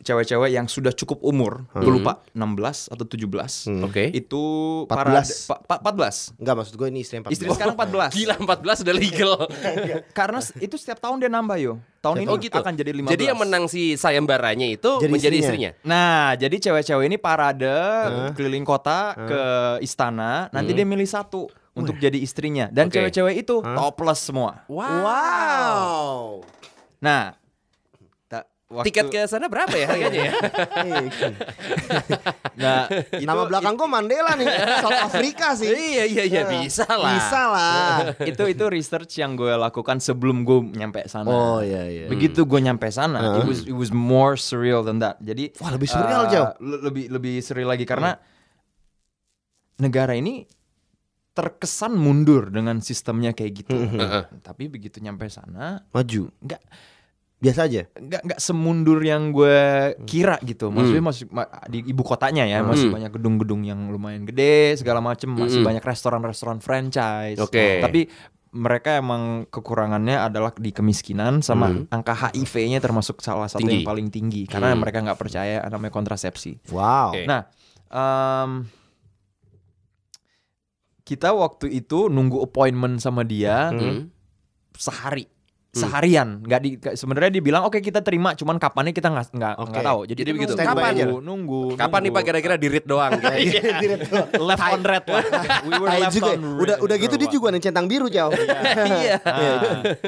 [SPEAKER 4] cewek-cewek yang sudah cukup umur, gue lupa 16 atau 17.
[SPEAKER 3] Oke.
[SPEAKER 4] Itu
[SPEAKER 2] 14.
[SPEAKER 4] parade- pa- pa- 14.
[SPEAKER 2] Enggak maksud gue ini istri yang 14.
[SPEAKER 4] Istri sekarang 14.
[SPEAKER 3] Oh, Gila 14 udah legal
[SPEAKER 4] Karena s- itu setiap tahun dia nambah yo. Tahun ini
[SPEAKER 3] Oh gitu
[SPEAKER 4] akan jadi 15.
[SPEAKER 3] Jadi yang menang si sayembaranya itu
[SPEAKER 2] Jadi
[SPEAKER 3] Menjadi
[SPEAKER 2] istrinya.
[SPEAKER 3] istrinya,
[SPEAKER 4] Nah, jadi cewek-cewek ini parade keliling kota ke istana, nanti dia milih satu untuk jadi istrinya dan
[SPEAKER 3] Oke.
[SPEAKER 4] cewek-cewek itu topless semua.
[SPEAKER 2] Wow.
[SPEAKER 4] Nah, ta- waktu-
[SPEAKER 3] Tiket ke sana berapa ya harganya ya?
[SPEAKER 4] Nah,
[SPEAKER 2] Nama belakang gue Mandela nih, South Africa sih. Nah,
[SPEAKER 3] iya iya iya bisa lah.
[SPEAKER 2] Bisa lah.
[SPEAKER 4] itu itu research yang gue lakukan sebelum gue nyampe sana.
[SPEAKER 2] Oh, iya, iya.
[SPEAKER 4] Begitu gue nyampe sana, it was it was more surreal than that. Jadi
[SPEAKER 2] Wah, lebih surreal, Iya.
[SPEAKER 4] eh,
[SPEAKER 2] Jau.
[SPEAKER 4] le- Lebih lebih surreal lagi karena negara ini terkesan mundur dengan sistemnya kayak gitu.
[SPEAKER 3] Heeh.
[SPEAKER 4] Tapi begitu nyampe sana,
[SPEAKER 2] Maju.
[SPEAKER 4] nggak
[SPEAKER 2] Biasa aja.
[SPEAKER 4] nggak nggak semundur yang gue kira gitu. Maksudnya masih ma- di ibu kotanya ya, masih
[SPEAKER 3] Hmm.
[SPEAKER 4] banyak gedung-gedung yang lumayan gede, segala macem,
[SPEAKER 3] Mm-mm.
[SPEAKER 4] masih banyak restoran-restoran franchise.
[SPEAKER 3] Oke.
[SPEAKER 4] Tapi mereka emang kekurangannya adalah di kemiskinan sama angka HIV-nya termasuk salah satu
[SPEAKER 3] Hmm. Tinggi.
[SPEAKER 4] yang paling tinggi karena
[SPEAKER 3] Hmm.
[SPEAKER 4] mereka nggak percaya namanya kontrasepsi.
[SPEAKER 2] Wow.
[SPEAKER 3] Oke.
[SPEAKER 4] Nah, em, kita waktu itu nunggu appointment sama dia
[SPEAKER 3] Hmm.
[SPEAKER 4] sehari seharian nggak di nggak- sebenarnya dibilang oke kita terima cuman kapannya kita nggak nggak
[SPEAKER 2] Oke.
[SPEAKER 4] nggak tahu jadi,
[SPEAKER 3] Jadi
[SPEAKER 4] kita
[SPEAKER 3] begitu.
[SPEAKER 4] nunggu,
[SPEAKER 2] Standby aja.
[SPEAKER 4] nunggu, nunggu
[SPEAKER 3] Kapan nih Pak
[SPEAKER 4] nunggu.
[SPEAKER 3] kira-kira dirit doang?
[SPEAKER 4] left on red lah we were
[SPEAKER 2] Tai
[SPEAKER 4] left
[SPEAKER 2] Iya juga. Iya.
[SPEAKER 4] on red
[SPEAKER 2] Udah udah
[SPEAKER 4] for
[SPEAKER 2] gitu
[SPEAKER 4] a
[SPEAKER 2] dia
[SPEAKER 4] while.
[SPEAKER 2] juga nih centang biru jauh.
[SPEAKER 3] Iya.
[SPEAKER 4] Ah.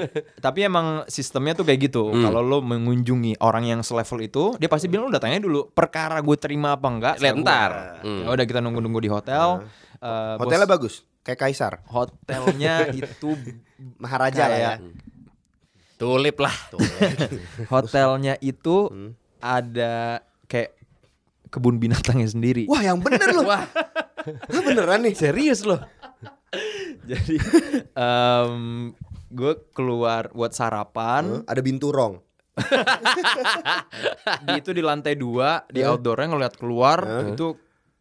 [SPEAKER 4] tapi emang sistemnya tuh kayak gitu kalau lo mengunjungi orang yang selevel itu dia pasti bilang lo datangnya dulu perkara gue terima apa enggak
[SPEAKER 3] Lihat
[SPEAKER 4] serah
[SPEAKER 3] ntar.
[SPEAKER 4] gue."
[SPEAKER 3] Hmm.
[SPEAKER 4] Ya udah kita nunggu nunggu di hotel Eh, bos-
[SPEAKER 2] Ah. Hotelnya bagus, kayak Kaisar.
[SPEAKER 4] hotelnya itu
[SPEAKER 2] Maharaja lah ya.
[SPEAKER 4] Kayak-
[SPEAKER 3] Tulip lah.
[SPEAKER 4] hotelnya itu
[SPEAKER 2] Hmm.
[SPEAKER 4] ada kayak kebun binatangnya sendiri
[SPEAKER 2] Wah, yang bener loh.
[SPEAKER 3] Wah,
[SPEAKER 2] Lu beneran nih.
[SPEAKER 3] serius loh.
[SPEAKER 4] Jadi gue keluar buat sarapan
[SPEAKER 2] Ada binturong.
[SPEAKER 4] di itu di lantai dua di outdoornya ngeliat keluar itu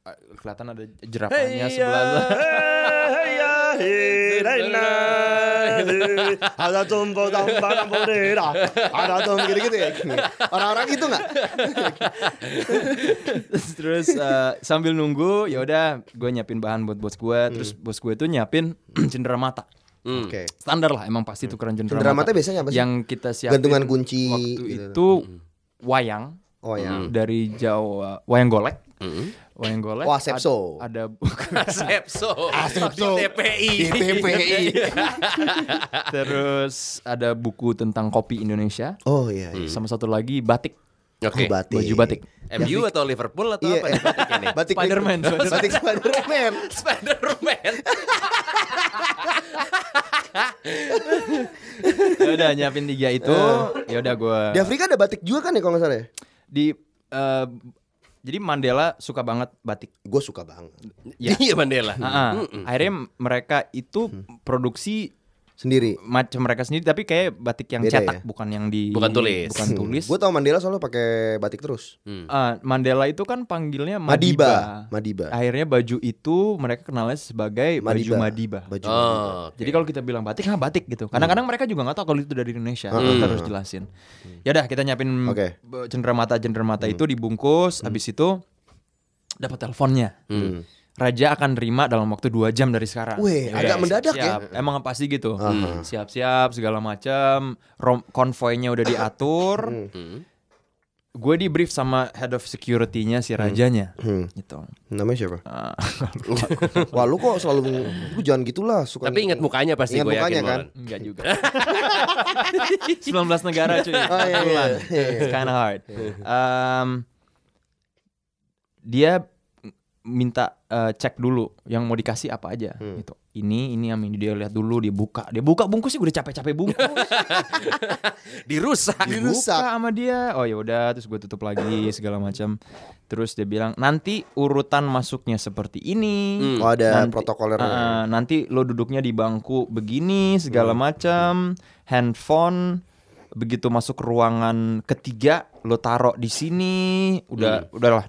[SPEAKER 4] eh, kelihatan ada
[SPEAKER 2] iya.
[SPEAKER 4] jerapahnya sebelah
[SPEAKER 2] Ada tumbuh tambah bodera. Ada tumbuh gitu-gitu ya. Orang-orang gitu itu enggak?
[SPEAKER 4] terus eh, sambil nunggu ya udah gue nyiapin bahan buat bos gue
[SPEAKER 2] Hmm.
[SPEAKER 4] terus bos gue tuh nyiapin cenderamata
[SPEAKER 3] Hmm.
[SPEAKER 2] Oke.
[SPEAKER 4] standar lah emang pasti tukeran
[SPEAKER 2] Cenderamata
[SPEAKER 4] cenderamata
[SPEAKER 2] biasanya apa sih?
[SPEAKER 4] yang kita siapin
[SPEAKER 2] Gantungan kunci
[SPEAKER 4] waktu
[SPEAKER 2] gitu.
[SPEAKER 4] itu wayang
[SPEAKER 2] Oh ya.
[SPEAKER 4] dari Jawa wayang golek
[SPEAKER 3] Mm.
[SPEAKER 4] wayang golek
[SPEAKER 2] Oh, asepso.
[SPEAKER 4] ad- ada bukan
[SPEAKER 3] Asepso.
[SPEAKER 2] Asepso.
[SPEAKER 3] Di TPI.
[SPEAKER 2] Di TPI.
[SPEAKER 4] Terus ada buku tentang kopi Indonesia.
[SPEAKER 2] Oh iya.
[SPEAKER 3] Mm.
[SPEAKER 2] iya.
[SPEAKER 4] Sama satu lagi batik,
[SPEAKER 2] Oh,
[SPEAKER 3] Oke.
[SPEAKER 2] batik.
[SPEAKER 4] baju batik.
[SPEAKER 3] MU atau Liverpool atau
[SPEAKER 2] Iya,
[SPEAKER 3] Hmm. apa
[SPEAKER 2] eh,
[SPEAKER 3] nih
[SPEAKER 2] batik
[SPEAKER 3] batik ini?
[SPEAKER 4] Spiderman, Spiderman.
[SPEAKER 2] batik Spiderman.
[SPEAKER 3] Spider-Man.
[SPEAKER 4] Ya udah nyiapin tiga itu.
[SPEAKER 2] Eh.
[SPEAKER 4] ya udah gua
[SPEAKER 2] Di Afrika ada batik juga kan ya kalau nggak salah ya?
[SPEAKER 4] di eh, jadi Mandela suka banget batik.
[SPEAKER 2] Gue suka banget.
[SPEAKER 4] Ya.
[SPEAKER 3] Iya Mandela. Mm.
[SPEAKER 4] Ah, ah. Akhirnya mereka itu produksi
[SPEAKER 2] sendiri.
[SPEAKER 4] macam mereka sendiri tapi kayak batik yang
[SPEAKER 2] Beda ya?
[SPEAKER 4] cetak bukan yang di
[SPEAKER 3] Bukan tulis.
[SPEAKER 4] bukan tulis
[SPEAKER 2] Gue tau Mandela selalu pakai batik terus.
[SPEAKER 3] Hmm.
[SPEAKER 4] Eh, Mandela itu kan panggilnya
[SPEAKER 2] Madiba,
[SPEAKER 4] Madiba.
[SPEAKER 2] Madiba.
[SPEAKER 4] akhirnya baju itu mereka kenalnya sebagai baju Madiba
[SPEAKER 2] Baju Hmm. Madiba.
[SPEAKER 3] Oh,
[SPEAKER 4] jadi kalau kita bilang batik ah batik gitu kadang-kadang mereka juga nggak tahu kalau itu dari Indonesia kita harus jelasin ya udah kita nyiapin
[SPEAKER 2] Hmm. Oke. Hmm.
[SPEAKER 4] b- cenderamata cenderamata itu dibungkus habis itu dapat teleponnya Raja akan terima dalam waktu dua jam dari sekarang.
[SPEAKER 2] Hmm. Weh,
[SPEAKER 4] Ya udah,
[SPEAKER 2] agak mendadak ya.
[SPEAKER 4] siap-siap. Emang pasti gitu. Siap-siap segala macam. Rom- Konvoynya udah
[SPEAKER 2] Hmm.
[SPEAKER 4] diatur.
[SPEAKER 3] Hmm.
[SPEAKER 4] Gue di brief sama head of security-nya si rajanya. Gitu.
[SPEAKER 2] Namanya siapa?
[SPEAKER 4] Ah,
[SPEAKER 2] Wah lu kok selalu lu jangan gitulah suka.
[SPEAKER 3] Tapi ingat mukanya pasti
[SPEAKER 2] gitu. Ingat
[SPEAKER 3] gue
[SPEAKER 2] mukanya,
[SPEAKER 3] yakin
[SPEAKER 2] kan?
[SPEAKER 3] kan?
[SPEAKER 4] Enggak juga. 19 negara cuy.
[SPEAKER 2] Oh, iya, iya, iya.
[SPEAKER 4] It's kinda hard. Um, dia minta uh, cek dulu yang mau dikasih apa aja gitu. Ini ini yang dia lihat dulu dia buka. Dia buka bungkusnya gue udah capek-capek bungkus.
[SPEAKER 3] Dirusak.
[SPEAKER 2] Dirusak.
[SPEAKER 4] Buka sama dia. Oh ya udah terus gue tutup lagi segala macam. Terus dia bilang nanti urutan masuknya seperti ini.
[SPEAKER 3] Hmm.
[SPEAKER 2] Oh ada
[SPEAKER 4] Nanti-
[SPEAKER 2] protokolernya.
[SPEAKER 4] Ah, nanti lo duduknya di bangku begini segala
[SPEAKER 2] Hmm.
[SPEAKER 4] macam, handphone begitu masuk ruangan ketiga lo taruh di sini, udah udahlah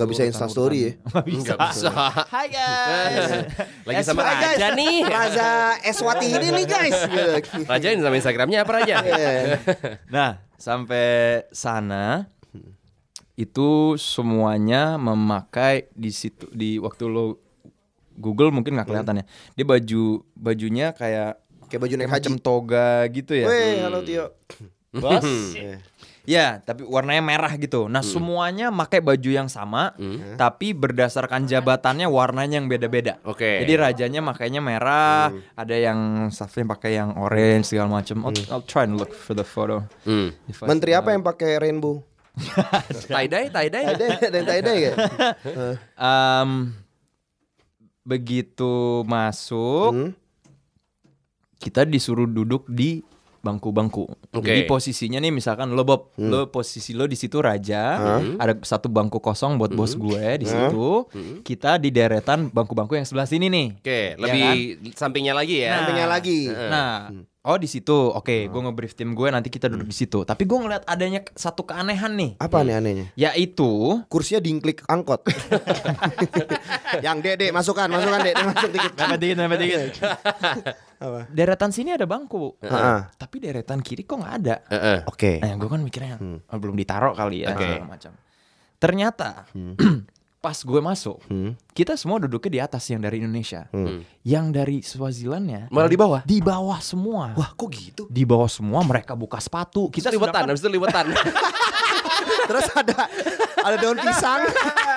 [SPEAKER 2] Iya. Nggak
[SPEAKER 4] dulu
[SPEAKER 2] bisa
[SPEAKER 4] urutan-
[SPEAKER 2] instastory ya?
[SPEAKER 4] urutannya. Nggak bisa.
[SPEAKER 3] Enggak bisa.
[SPEAKER 4] Hai guys.
[SPEAKER 3] Lagi
[SPEAKER 4] Yes,
[SPEAKER 3] sama
[SPEAKER 4] hi, guys.
[SPEAKER 3] Raja nih.
[SPEAKER 2] Raza Eswati ini nih guys. Iya,
[SPEAKER 3] Raja ini sama Instagramnya apa Raja?
[SPEAKER 4] Nah sampai sana
[SPEAKER 2] Hmm.
[SPEAKER 4] itu semuanya memakai di situ di waktu lo Google mungkin
[SPEAKER 2] Hmm.
[SPEAKER 4] nggak kelihatan ya. Dia baju bajunya kayak
[SPEAKER 2] Kayak baju naik haji.
[SPEAKER 4] macam toga gitu ya.
[SPEAKER 2] Weh, halo Tio.
[SPEAKER 3] Hmm.
[SPEAKER 2] Iya.
[SPEAKER 4] Bos. ya, tapi warnanya merah gitu.
[SPEAKER 3] Hmm.
[SPEAKER 4] Nah, semuanya pakai baju yang sama, tapi berdasarkan jabatannya warnanya yang beda-beda.
[SPEAKER 3] Oke. Hmm.
[SPEAKER 4] Jadi rajanya makainya merah, ada yang staffnya pakai yang orange segala macam. I'll, I'll try and look for the photo.
[SPEAKER 3] Hmm.
[SPEAKER 4] If I-
[SPEAKER 2] Menteri apa yang pakai rainbow?
[SPEAKER 3] tie dye, tie dye.
[SPEAKER 2] Ada ada yang ada ya?
[SPEAKER 4] Um, begitu
[SPEAKER 2] Oh,
[SPEAKER 3] Hmm.
[SPEAKER 4] masuk,
[SPEAKER 2] Hmm?
[SPEAKER 4] kita disuruh duduk di bangku-bangku.
[SPEAKER 3] Oke.
[SPEAKER 4] Jadi posisinya nih misalkan lo Bob,
[SPEAKER 2] Hmm.
[SPEAKER 4] lo posisi lo di situ raja, ada satu bangku kosong buat bos gue di situ. Kita di deretan bangku-bangku yang sebelah sini nih.
[SPEAKER 3] Oke,
[SPEAKER 4] Ya
[SPEAKER 3] lebih
[SPEAKER 4] kan?
[SPEAKER 3] sampingnya lagi ya.
[SPEAKER 2] Sampingnya lagi.
[SPEAKER 4] Nah,
[SPEAKER 2] Hmm.
[SPEAKER 4] oh di situ. Oke, gue ngebrief tim gue nanti kita duduk di situ. Tapi gue ngeliat adanya satu keanehan nih,
[SPEAKER 2] Apa nih anehnya?
[SPEAKER 4] yaitu
[SPEAKER 2] Kursinya dingklik angkot. yang Dede masukkan, masukkan Dede masuk dikit.
[SPEAKER 4] Nempel dikit, nempel dikit.
[SPEAKER 2] Apa?
[SPEAKER 4] Deretan sini ada bangku,
[SPEAKER 2] Heeh.
[SPEAKER 4] tapi deretan kiri kok nggak ada.
[SPEAKER 3] Heeh.
[SPEAKER 2] Oke.
[SPEAKER 4] Nah, gue kan mikirnya "Oh, belum ditaruh kali ya
[SPEAKER 3] Hmm. Oke. Hmm.
[SPEAKER 4] segala macam. Ternyata pas gue masuk, kita semua duduknya di atas yang dari Indonesia,
[SPEAKER 2] Hmm.
[SPEAKER 4] yang dari Swazilandnya
[SPEAKER 3] Hmm. Malah di bawah.
[SPEAKER 4] di bawah semua.
[SPEAKER 2] Wah, kok gitu?
[SPEAKER 4] Di bawah semua mereka buka sepatu.
[SPEAKER 3] Kita
[SPEAKER 4] Kita
[SPEAKER 3] liwetan,
[SPEAKER 4] sedangkan-
[SPEAKER 3] habis itu liwetan.
[SPEAKER 2] Terus ada ada daun pisang,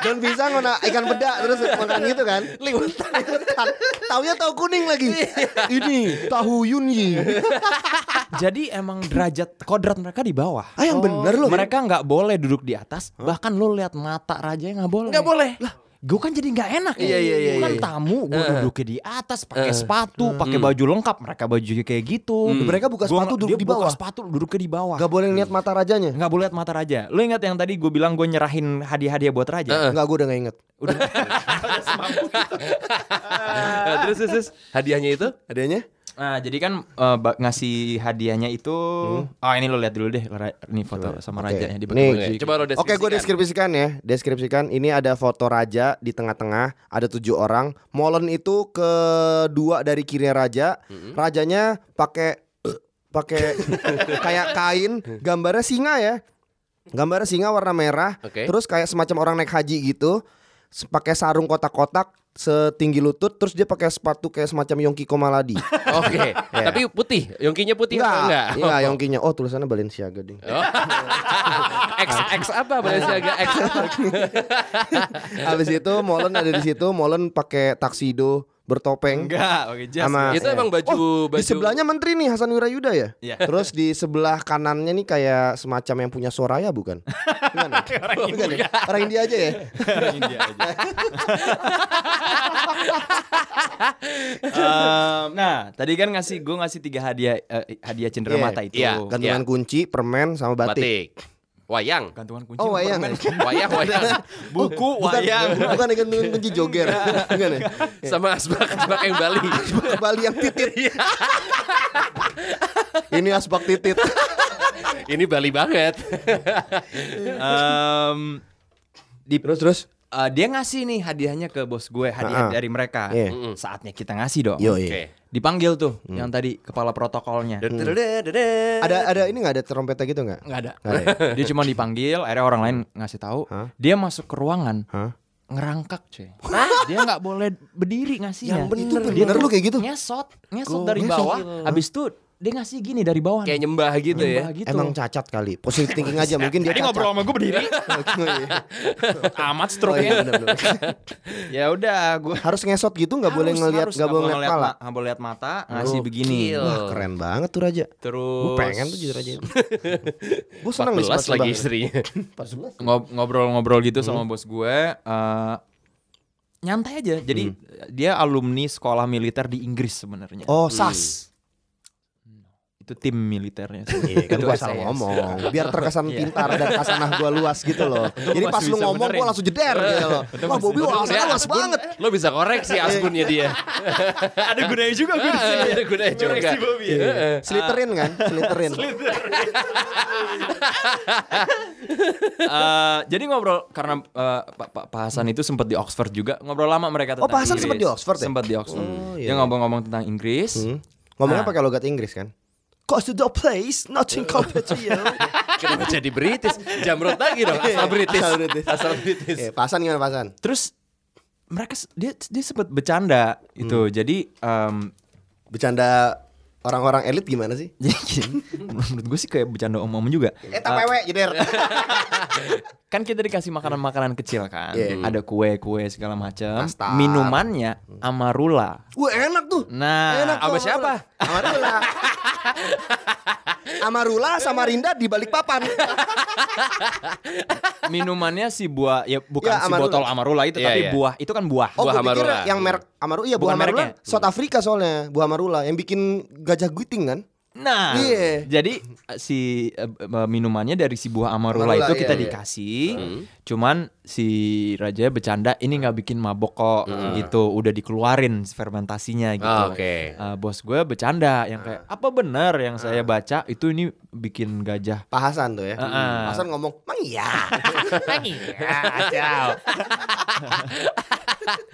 [SPEAKER 2] daun pisang warna ikan peda terus makan gitu kan.
[SPEAKER 3] liwetan.
[SPEAKER 2] Liwetan. Taunya tahu kuning lagi. Iya. Ini tahu yunyi.
[SPEAKER 4] Jadi emang derajat kodrat mereka di bawah.
[SPEAKER 2] Ah yang bener loh.
[SPEAKER 4] Mereka nggak boleh duduk di atas, bahkan lo lihat mata raja nggak boleh.
[SPEAKER 3] Nggak boleh.
[SPEAKER 4] Lah, gue kan jadi nggak enak ya.
[SPEAKER 3] Iya, iya, iya,
[SPEAKER 4] Gua kan
[SPEAKER 3] iya.
[SPEAKER 4] tamu, gue duduknya di atas, pakai sepatu, pakai baju lengkap, mereka bajunya kayak gitu.
[SPEAKER 2] Hmm, Mereka buka
[SPEAKER 4] Gua
[SPEAKER 2] sepatu,
[SPEAKER 4] nggak-
[SPEAKER 2] duduk
[SPEAKER 4] dia
[SPEAKER 2] di bawah.
[SPEAKER 4] Buka sepatu duduknya di bawah.
[SPEAKER 2] Gak boleh lihat mata rajanya.
[SPEAKER 4] Nggak boleh lihat mata raja. Lo ingat yang tadi gue bilang gue nyerahin hadiah-hadiah buat raja?
[SPEAKER 2] Enggak, gue udah gak inget.
[SPEAKER 4] Udah.
[SPEAKER 3] Nah, terus, terus, terus. Hadiahnya itu?
[SPEAKER 2] Adanya?
[SPEAKER 4] Nah, jadi kan eh, ba- ngasih hadiahnya itu. Oh, ini lo lihat dulu deh. Ra- Ini foto sama
[SPEAKER 2] Hmm. Oke.
[SPEAKER 4] rajanya di gitu.
[SPEAKER 2] Nih.
[SPEAKER 3] Oke, Coba lo
[SPEAKER 2] Oke, gue
[SPEAKER 3] deskripsikan.
[SPEAKER 2] deskripsikan ya. Deskripsikan. Ini ada foto raja di tengah-tengah. Ada tujuh orang. Molen itu kedua dari kirinya raja. Rajanya pakai pakai kayak kain. Gambarnya singa ya. Gambarnya singa warna merah.
[SPEAKER 3] Oke.
[SPEAKER 2] Terus kayak semacam orang naik haji gitu. Se- Pakai sarung kotak-kotak setinggi lutut. Terus dia pakai sepatu kayak semacam Yongki Komaladi.
[SPEAKER 3] Oke. Tapi putih, yongkinya putih atau Iya, enggak?
[SPEAKER 2] Enggak, Yongkinya. Oh, tulisannya Balenciaga ding.
[SPEAKER 3] Oh. X X apa Balenciaga X apa?
[SPEAKER 2] Habis itu Molen ada di situ, Molen pakai taksido bertopeng.
[SPEAKER 4] Enggak, oke, jas.
[SPEAKER 2] Sama-
[SPEAKER 3] Itu emang baju
[SPEAKER 2] Oh,
[SPEAKER 3] baju
[SPEAKER 2] di sebelahnya menteri nih Hasan Wirayuda ya.
[SPEAKER 4] Iya.
[SPEAKER 2] Terus di sebelah kanannya nih kayak semacam yang punya Soraya bukan? Bukan. ya?
[SPEAKER 3] Oh,
[SPEAKER 2] Bukan ya? Orang India aja ya.
[SPEAKER 4] Ini dia aja. Em, nah, tadi kan ngasih gue ngasih tiga hadiah eh, hadiah cenderamata
[SPEAKER 2] Iya,
[SPEAKER 4] itu.
[SPEAKER 3] iya.
[SPEAKER 2] Gantungan kunci, permen sama batik.
[SPEAKER 3] batik. Wayang.
[SPEAKER 4] gantungan kunci
[SPEAKER 2] Oh, wayang. Oh,
[SPEAKER 4] permen.
[SPEAKER 3] Wayang, wayang. Buku,
[SPEAKER 2] bukan,
[SPEAKER 3] wayang.
[SPEAKER 2] Bukan dengan kunci joger. Bukan ya?
[SPEAKER 4] Iya.
[SPEAKER 3] Sama asbak, asbak yang Bali.
[SPEAKER 2] Kembali yang titit. Ini asbak titit.
[SPEAKER 3] Ini Bali banget.
[SPEAKER 4] Em, di
[SPEAKER 2] Terus terus.
[SPEAKER 4] eh, dia ngasih nih hadiahnya ke bos gue
[SPEAKER 2] Ah,
[SPEAKER 4] hadiah
[SPEAKER 2] ah.
[SPEAKER 4] dari mereka
[SPEAKER 2] Iya. Hmm.
[SPEAKER 4] saatnya kita ngasih dong
[SPEAKER 2] Yo,
[SPEAKER 3] Oke.
[SPEAKER 4] dipanggil tuh yang tadi kepala protokolnya
[SPEAKER 2] Hmm. Ada ada ini nggak ada trompetnya gitu nggak?
[SPEAKER 4] nggak ada
[SPEAKER 2] Nggak ada.
[SPEAKER 4] dia cuma dipanggil akhirnya orang lain ngasih tahu
[SPEAKER 2] Hah?
[SPEAKER 4] dia masuk ke ruangan
[SPEAKER 2] Hah?
[SPEAKER 4] ngerangkak cuy dia nggak boleh berdiri ngasihnya
[SPEAKER 2] Yang bener. Itu
[SPEAKER 4] dia
[SPEAKER 2] bener lu kayak gitu?
[SPEAKER 4] nyesot nyesot dari
[SPEAKER 2] Gokil.
[SPEAKER 4] bawah abis itu dia ngasih gini dari bawah
[SPEAKER 3] Kayak nyembah gitu ya.
[SPEAKER 4] Nyembah gitu.
[SPEAKER 2] Emang cacat kali. Positif thinking aja mungkin dia
[SPEAKER 4] Tadi
[SPEAKER 2] cacat.
[SPEAKER 4] ngobrol sama gue berdiri
[SPEAKER 2] Oh, iya.
[SPEAKER 4] amat
[SPEAKER 2] Oh, iya,
[SPEAKER 4] stroke-nya.
[SPEAKER 2] benar-benar.
[SPEAKER 4] Ya udah gue
[SPEAKER 2] Harus ngesot gitu nggak boleh
[SPEAKER 4] Harus,
[SPEAKER 2] ngelihat
[SPEAKER 4] harus,
[SPEAKER 2] nggak boleh ngeliat kepala.
[SPEAKER 4] ma- nggak boleh lihat mata ngasih
[SPEAKER 3] Gokil.
[SPEAKER 4] begini
[SPEAKER 2] Wah keren banget tuh Raja.
[SPEAKER 4] terus
[SPEAKER 2] Gue pengen tuh jadi Raja. Gue seneng nih
[SPEAKER 3] 14 lagi istrinya.
[SPEAKER 4] Ngob- ngobrol-ngobrol gitu sama
[SPEAKER 2] Hmm.
[SPEAKER 4] bos gue eh, nyantai aja jadi
[SPEAKER 2] Hmm.
[SPEAKER 4] dia alumni sekolah militer di Inggris sebenarnya Hmm.
[SPEAKER 2] Oh sas.
[SPEAKER 4] itu tim militernya
[SPEAKER 2] Iya kan
[SPEAKER 4] Itu
[SPEAKER 2] gue
[SPEAKER 4] SAS.
[SPEAKER 2] salah ngomong Biar terkesan pintar dan kasanah gue luas gitu loh Jadi
[SPEAKER 4] masih
[SPEAKER 2] pas lu
[SPEAKER 4] bisa
[SPEAKER 2] ngomong
[SPEAKER 4] benerin.
[SPEAKER 2] gue langsung jeder gitu loh Wah Bobby wah
[SPEAKER 3] Ya,
[SPEAKER 2] alasannya luas
[SPEAKER 3] Asbun,
[SPEAKER 2] banget
[SPEAKER 3] Lo bisa koreksi asbunnya dia.
[SPEAKER 4] ada gunanya juga gue di sini.
[SPEAKER 3] Ada gunanya juga.
[SPEAKER 4] Koreksi Bobby ya.
[SPEAKER 3] Heeh.
[SPEAKER 2] Sliterin kan Sliterin
[SPEAKER 4] Eh, jadi ngobrol karena eh, Pak Pak- Pak Hasan itu sempat di Oxford juga ngobrol lama mereka tentang
[SPEAKER 2] Pak Hasan
[SPEAKER 4] Inggris.
[SPEAKER 2] sempat di Oxford ya?
[SPEAKER 4] sempat di Oxford
[SPEAKER 2] Oh, iya.
[SPEAKER 4] dia ngomong-ngomong tentang Inggris
[SPEAKER 2] Hmm. Ngomongnya
[SPEAKER 4] Nah.
[SPEAKER 2] pakai logat Inggris kan Cause to the place Nothing compared to you
[SPEAKER 3] Kenapa jadi British? Jamrot lagi dong,
[SPEAKER 4] Iya.
[SPEAKER 3] asal British.
[SPEAKER 2] Asal British.
[SPEAKER 3] Asal British.
[SPEAKER 2] Eh, Pasan gimana Pasan?
[SPEAKER 4] terus mereka s- dia dia sempat bercanda itu
[SPEAKER 2] Hmm.
[SPEAKER 4] jadi em,
[SPEAKER 2] Bercanda orang-orang elit gimana sih?
[SPEAKER 4] jadi gini, menurut gue sih kayak bercanda om-om juga
[SPEAKER 2] Eh tak pewe jeder
[SPEAKER 4] kan kita dikasih makanan-makanan kecil kan
[SPEAKER 2] Iya.
[SPEAKER 4] ada kue-kue segala macam
[SPEAKER 2] Nastar.
[SPEAKER 4] minumannya amarula
[SPEAKER 2] Wah enak tuh
[SPEAKER 4] nah
[SPEAKER 2] Enak tuh
[SPEAKER 4] sama
[SPEAKER 2] Amarula.
[SPEAKER 4] siapa
[SPEAKER 2] Amarula Amarula sama Rinda di balik papan
[SPEAKER 4] minumannya si buah ya bukan
[SPEAKER 2] Ya,
[SPEAKER 4] si
[SPEAKER 2] Amarula.
[SPEAKER 4] botol amarula itu
[SPEAKER 3] Iya,
[SPEAKER 4] tapi
[SPEAKER 3] iya.
[SPEAKER 4] buah itu kan buah
[SPEAKER 2] Oh,
[SPEAKER 3] Buah
[SPEAKER 2] gua pikir
[SPEAKER 3] Amarula.
[SPEAKER 2] yang merek Amarula iya buah
[SPEAKER 4] Bukan
[SPEAKER 2] Amarula
[SPEAKER 4] mereknya.
[SPEAKER 2] South Africa soalnya buah Amarula yang bikin gajah guting kan.
[SPEAKER 4] Nah,
[SPEAKER 2] Iya.
[SPEAKER 4] jadi eh, si eh, eh, minumannya dari si buah amarula
[SPEAKER 2] Amarula,
[SPEAKER 4] itu kita
[SPEAKER 2] iya, iya.
[SPEAKER 4] dikasih. Cuman si raja bercanda ini nggak bikin mabok kok
[SPEAKER 2] Hmm.
[SPEAKER 4] gitu, udah dikeluarin fermentasinya gitu.
[SPEAKER 3] Ah, oke.
[SPEAKER 4] Eh, bos gue bercanda yang kayak
[SPEAKER 2] Ah.
[SPEAKER 4] apa bener yang saya baca itu ini bikin gajah.
[SPEAKER 2] Pak Hasan tuh ya.
[SPEAKER 4] Heeh.
[SPEAKER 2] Pak Hasan ngomong, "Mang iya." Ah,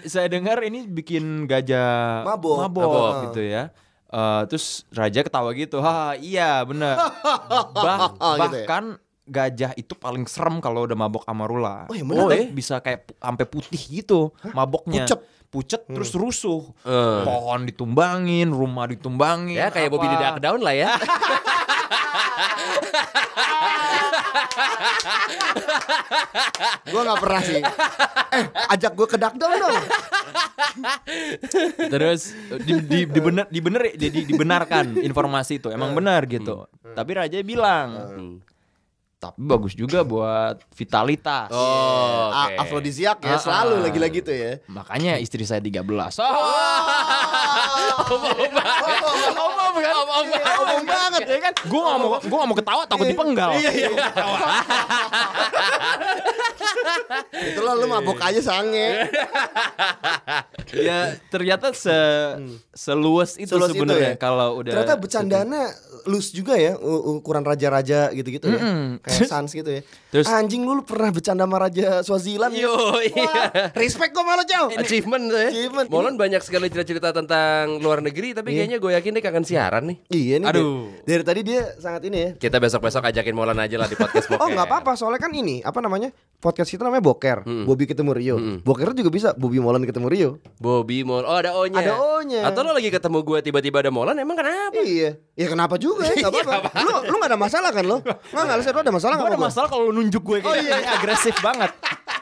[SPEAKER 4] Saya dengar ini bikin gajah
[SPEAKER 2] Mabok. Ah.
[SPEAKER 3] Mabok.
[SPEAKER 4] gitu ya. Eh, terus raja ketawa gitu, ha iya bener. Bah-
[SPEAKER 2] Gitu ya.
[SPEAKER 4] bahkan gajah itu paling serem kalau udah mabok amarula.
[SPEAKER 2] Oh, yang bener,
[SPEAKER 4] Dia bisa kayak pu- sampai putih gitu maboknya.
[SPEAKER 2] Pucet. Hmm.
[SPEAKER 4] pucet terus rusuh.
[SPEAKER 3] Eh.
[SPEAKER 4] Pohon ditumbangin, rumah ditumbangin.
[SPEAKER 3] Ya kayak Bobby
[SPEAKER 4] apa.
[SPEAKER 3] Didak Down lah ya.
[SPEAKER 2] gua nggak pernah sih. Eh, ajak gua ke Dakdom dong.
[SPEAKER 4] Terus eh, di, di, dibener, dibener, jadi dibenarkan informasi itu
[SPEAKER 2] Eh.
[SPEAKER 4] emang benar gitu.
[SPEAKER 2] Hmm.
[SPEAKER 4] Tapi raja bilang,
[SPEAKER 3] Hmm.
[SPEAKER 4] tapi bagus juga buat vitalitas.
[SPEAKER 3] Oh,
[SPEAKER 4] Iya.
[SPEAKER 2] A-
[SPEAKER 3] oke.
[SPEAKER 2] Afrodisiak ya,
[SPEAKER 4] Ah,
[SPEAKER 2] selalu
[SPEAKER 4] ah.
[SPEAKER 2] lagi-lagi tuh ya.
[SPEAKER 4] Makanya istri saya 13 Oh,
[SPEAKER 3] Om-om kan? Om-om.
[SPEAKER 2] Ngomong banget ya kan.
[SPEAKER 4] gue gak mau gue gak mau ketawa takut dipenggal.
[SPEAKER 2] Iya, iya. Itulah lu mabok aja sange.
[SPEAKER 4] ya ternyata se seluas
[SPEAKER 2] Hmm.
[SPEAKER 4] itu
[SPEAKER 2] Seluas itu
[SPEAKER 4] sebenarnya
[SPEAKER 2] ya.
[SPEAKER 4] kalau udah
[SPEAKER 2] Ternyata bercandanya loose juga ya u- ukuran raja-raja gitu-gitu ya. Kayak sans gitu ya.
[SPEAKER 4] Terus-
[SPEAKER 2] anjing lu, lu pernah bercanda sama raja Swaziland ya?
[SPEAKER 3] Yo, iya.
[SPEAKER 2] Wah, respect gua malu jauh.
[SPEAKER 3] Achievement tuh ya.
[SPEAKER 2] Achievement. iya.
[SPEAKER 3] Molen banyak sekali cerita-cerita tentang luar negeri tapi kayaknya gue yakin dia kangen siaran nih.
[SPEAKER 2] Iya nih.
[SPEAKER 4] Aduh.
[SPEAKER 2] Dari, dari tadi dia sangat ini ya.
[SPEAKER 3] Kita besok-besok ajakin Molan aja lah di podcast
[SPEAKER 2] Oh
[SPEAKER 3] Bokeh.
[SPEAKER 2] nggak apa-apa soalnya kan ini apa namanya podcast kita namanya Boker, Bobby ketemu Rio. Boker juga bisa Bobby Molen ketemu Rio.
[SPEAKER 3] Bobby Molan. Oh ada O-nya.
[SPEAKER 2] Ada O-nya.
[SPEAKER 3] Atau lo lagi ketemu gue tiba-tiba ada Molan emang kenapa?
[SPEAKER 2] Iya, ya kenapa juga ya? Gak apa-apa. lu lu gak ada masalah kan lo? Nggak nggak lu ada masalah nggak
[SPEAKER 4] gue Iya, ada
[SPEAKER 2] apa-apa?
[SPEAKER 4] masalah kalau lu nunjuk gue
[SPEAKER 2] Oh,
[SPEAKER 4] kayak
[SPEAKER 2] iya,
[SPEAKER 4] gini, agresif banget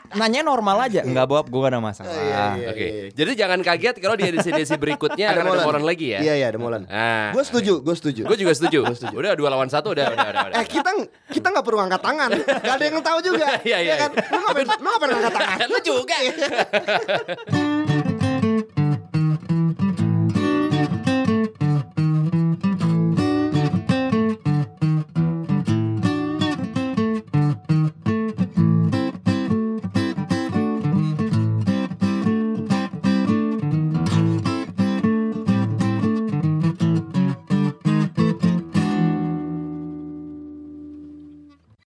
[SPEAKER 4] nanya normal aja nggak bob gue gak ada
[SPEAKER 2] Oh,
[SPEAKER 4] masalah
[SPEAKER 2] iya,
[SPEAKER 3] Oke. Jadi jangan kaget kalau di edisi-edisi berikutnya akan ada Molan lagi ya.
[SPEAKER 2] Iya iya ada Molen.
[SPEAKER 3] Ah.
[SPEAKER 2] Gue setuju, gue setuju.
[SPEAKER 3] Gue juga setuju. Udah dua lawan satu udah udah udah. udah.
[SPEAKER 2] Eh kita kita nggak perlu angkat tangan, gak ada yang tahu juga.
[SPEAKER 3] Iya, iya,
[SPEAKER 2] kan? Lu ngapain lu ngapain angkat tangan?
[SPEAKER 3] Lu juga.
[SPEAKER 2] ya.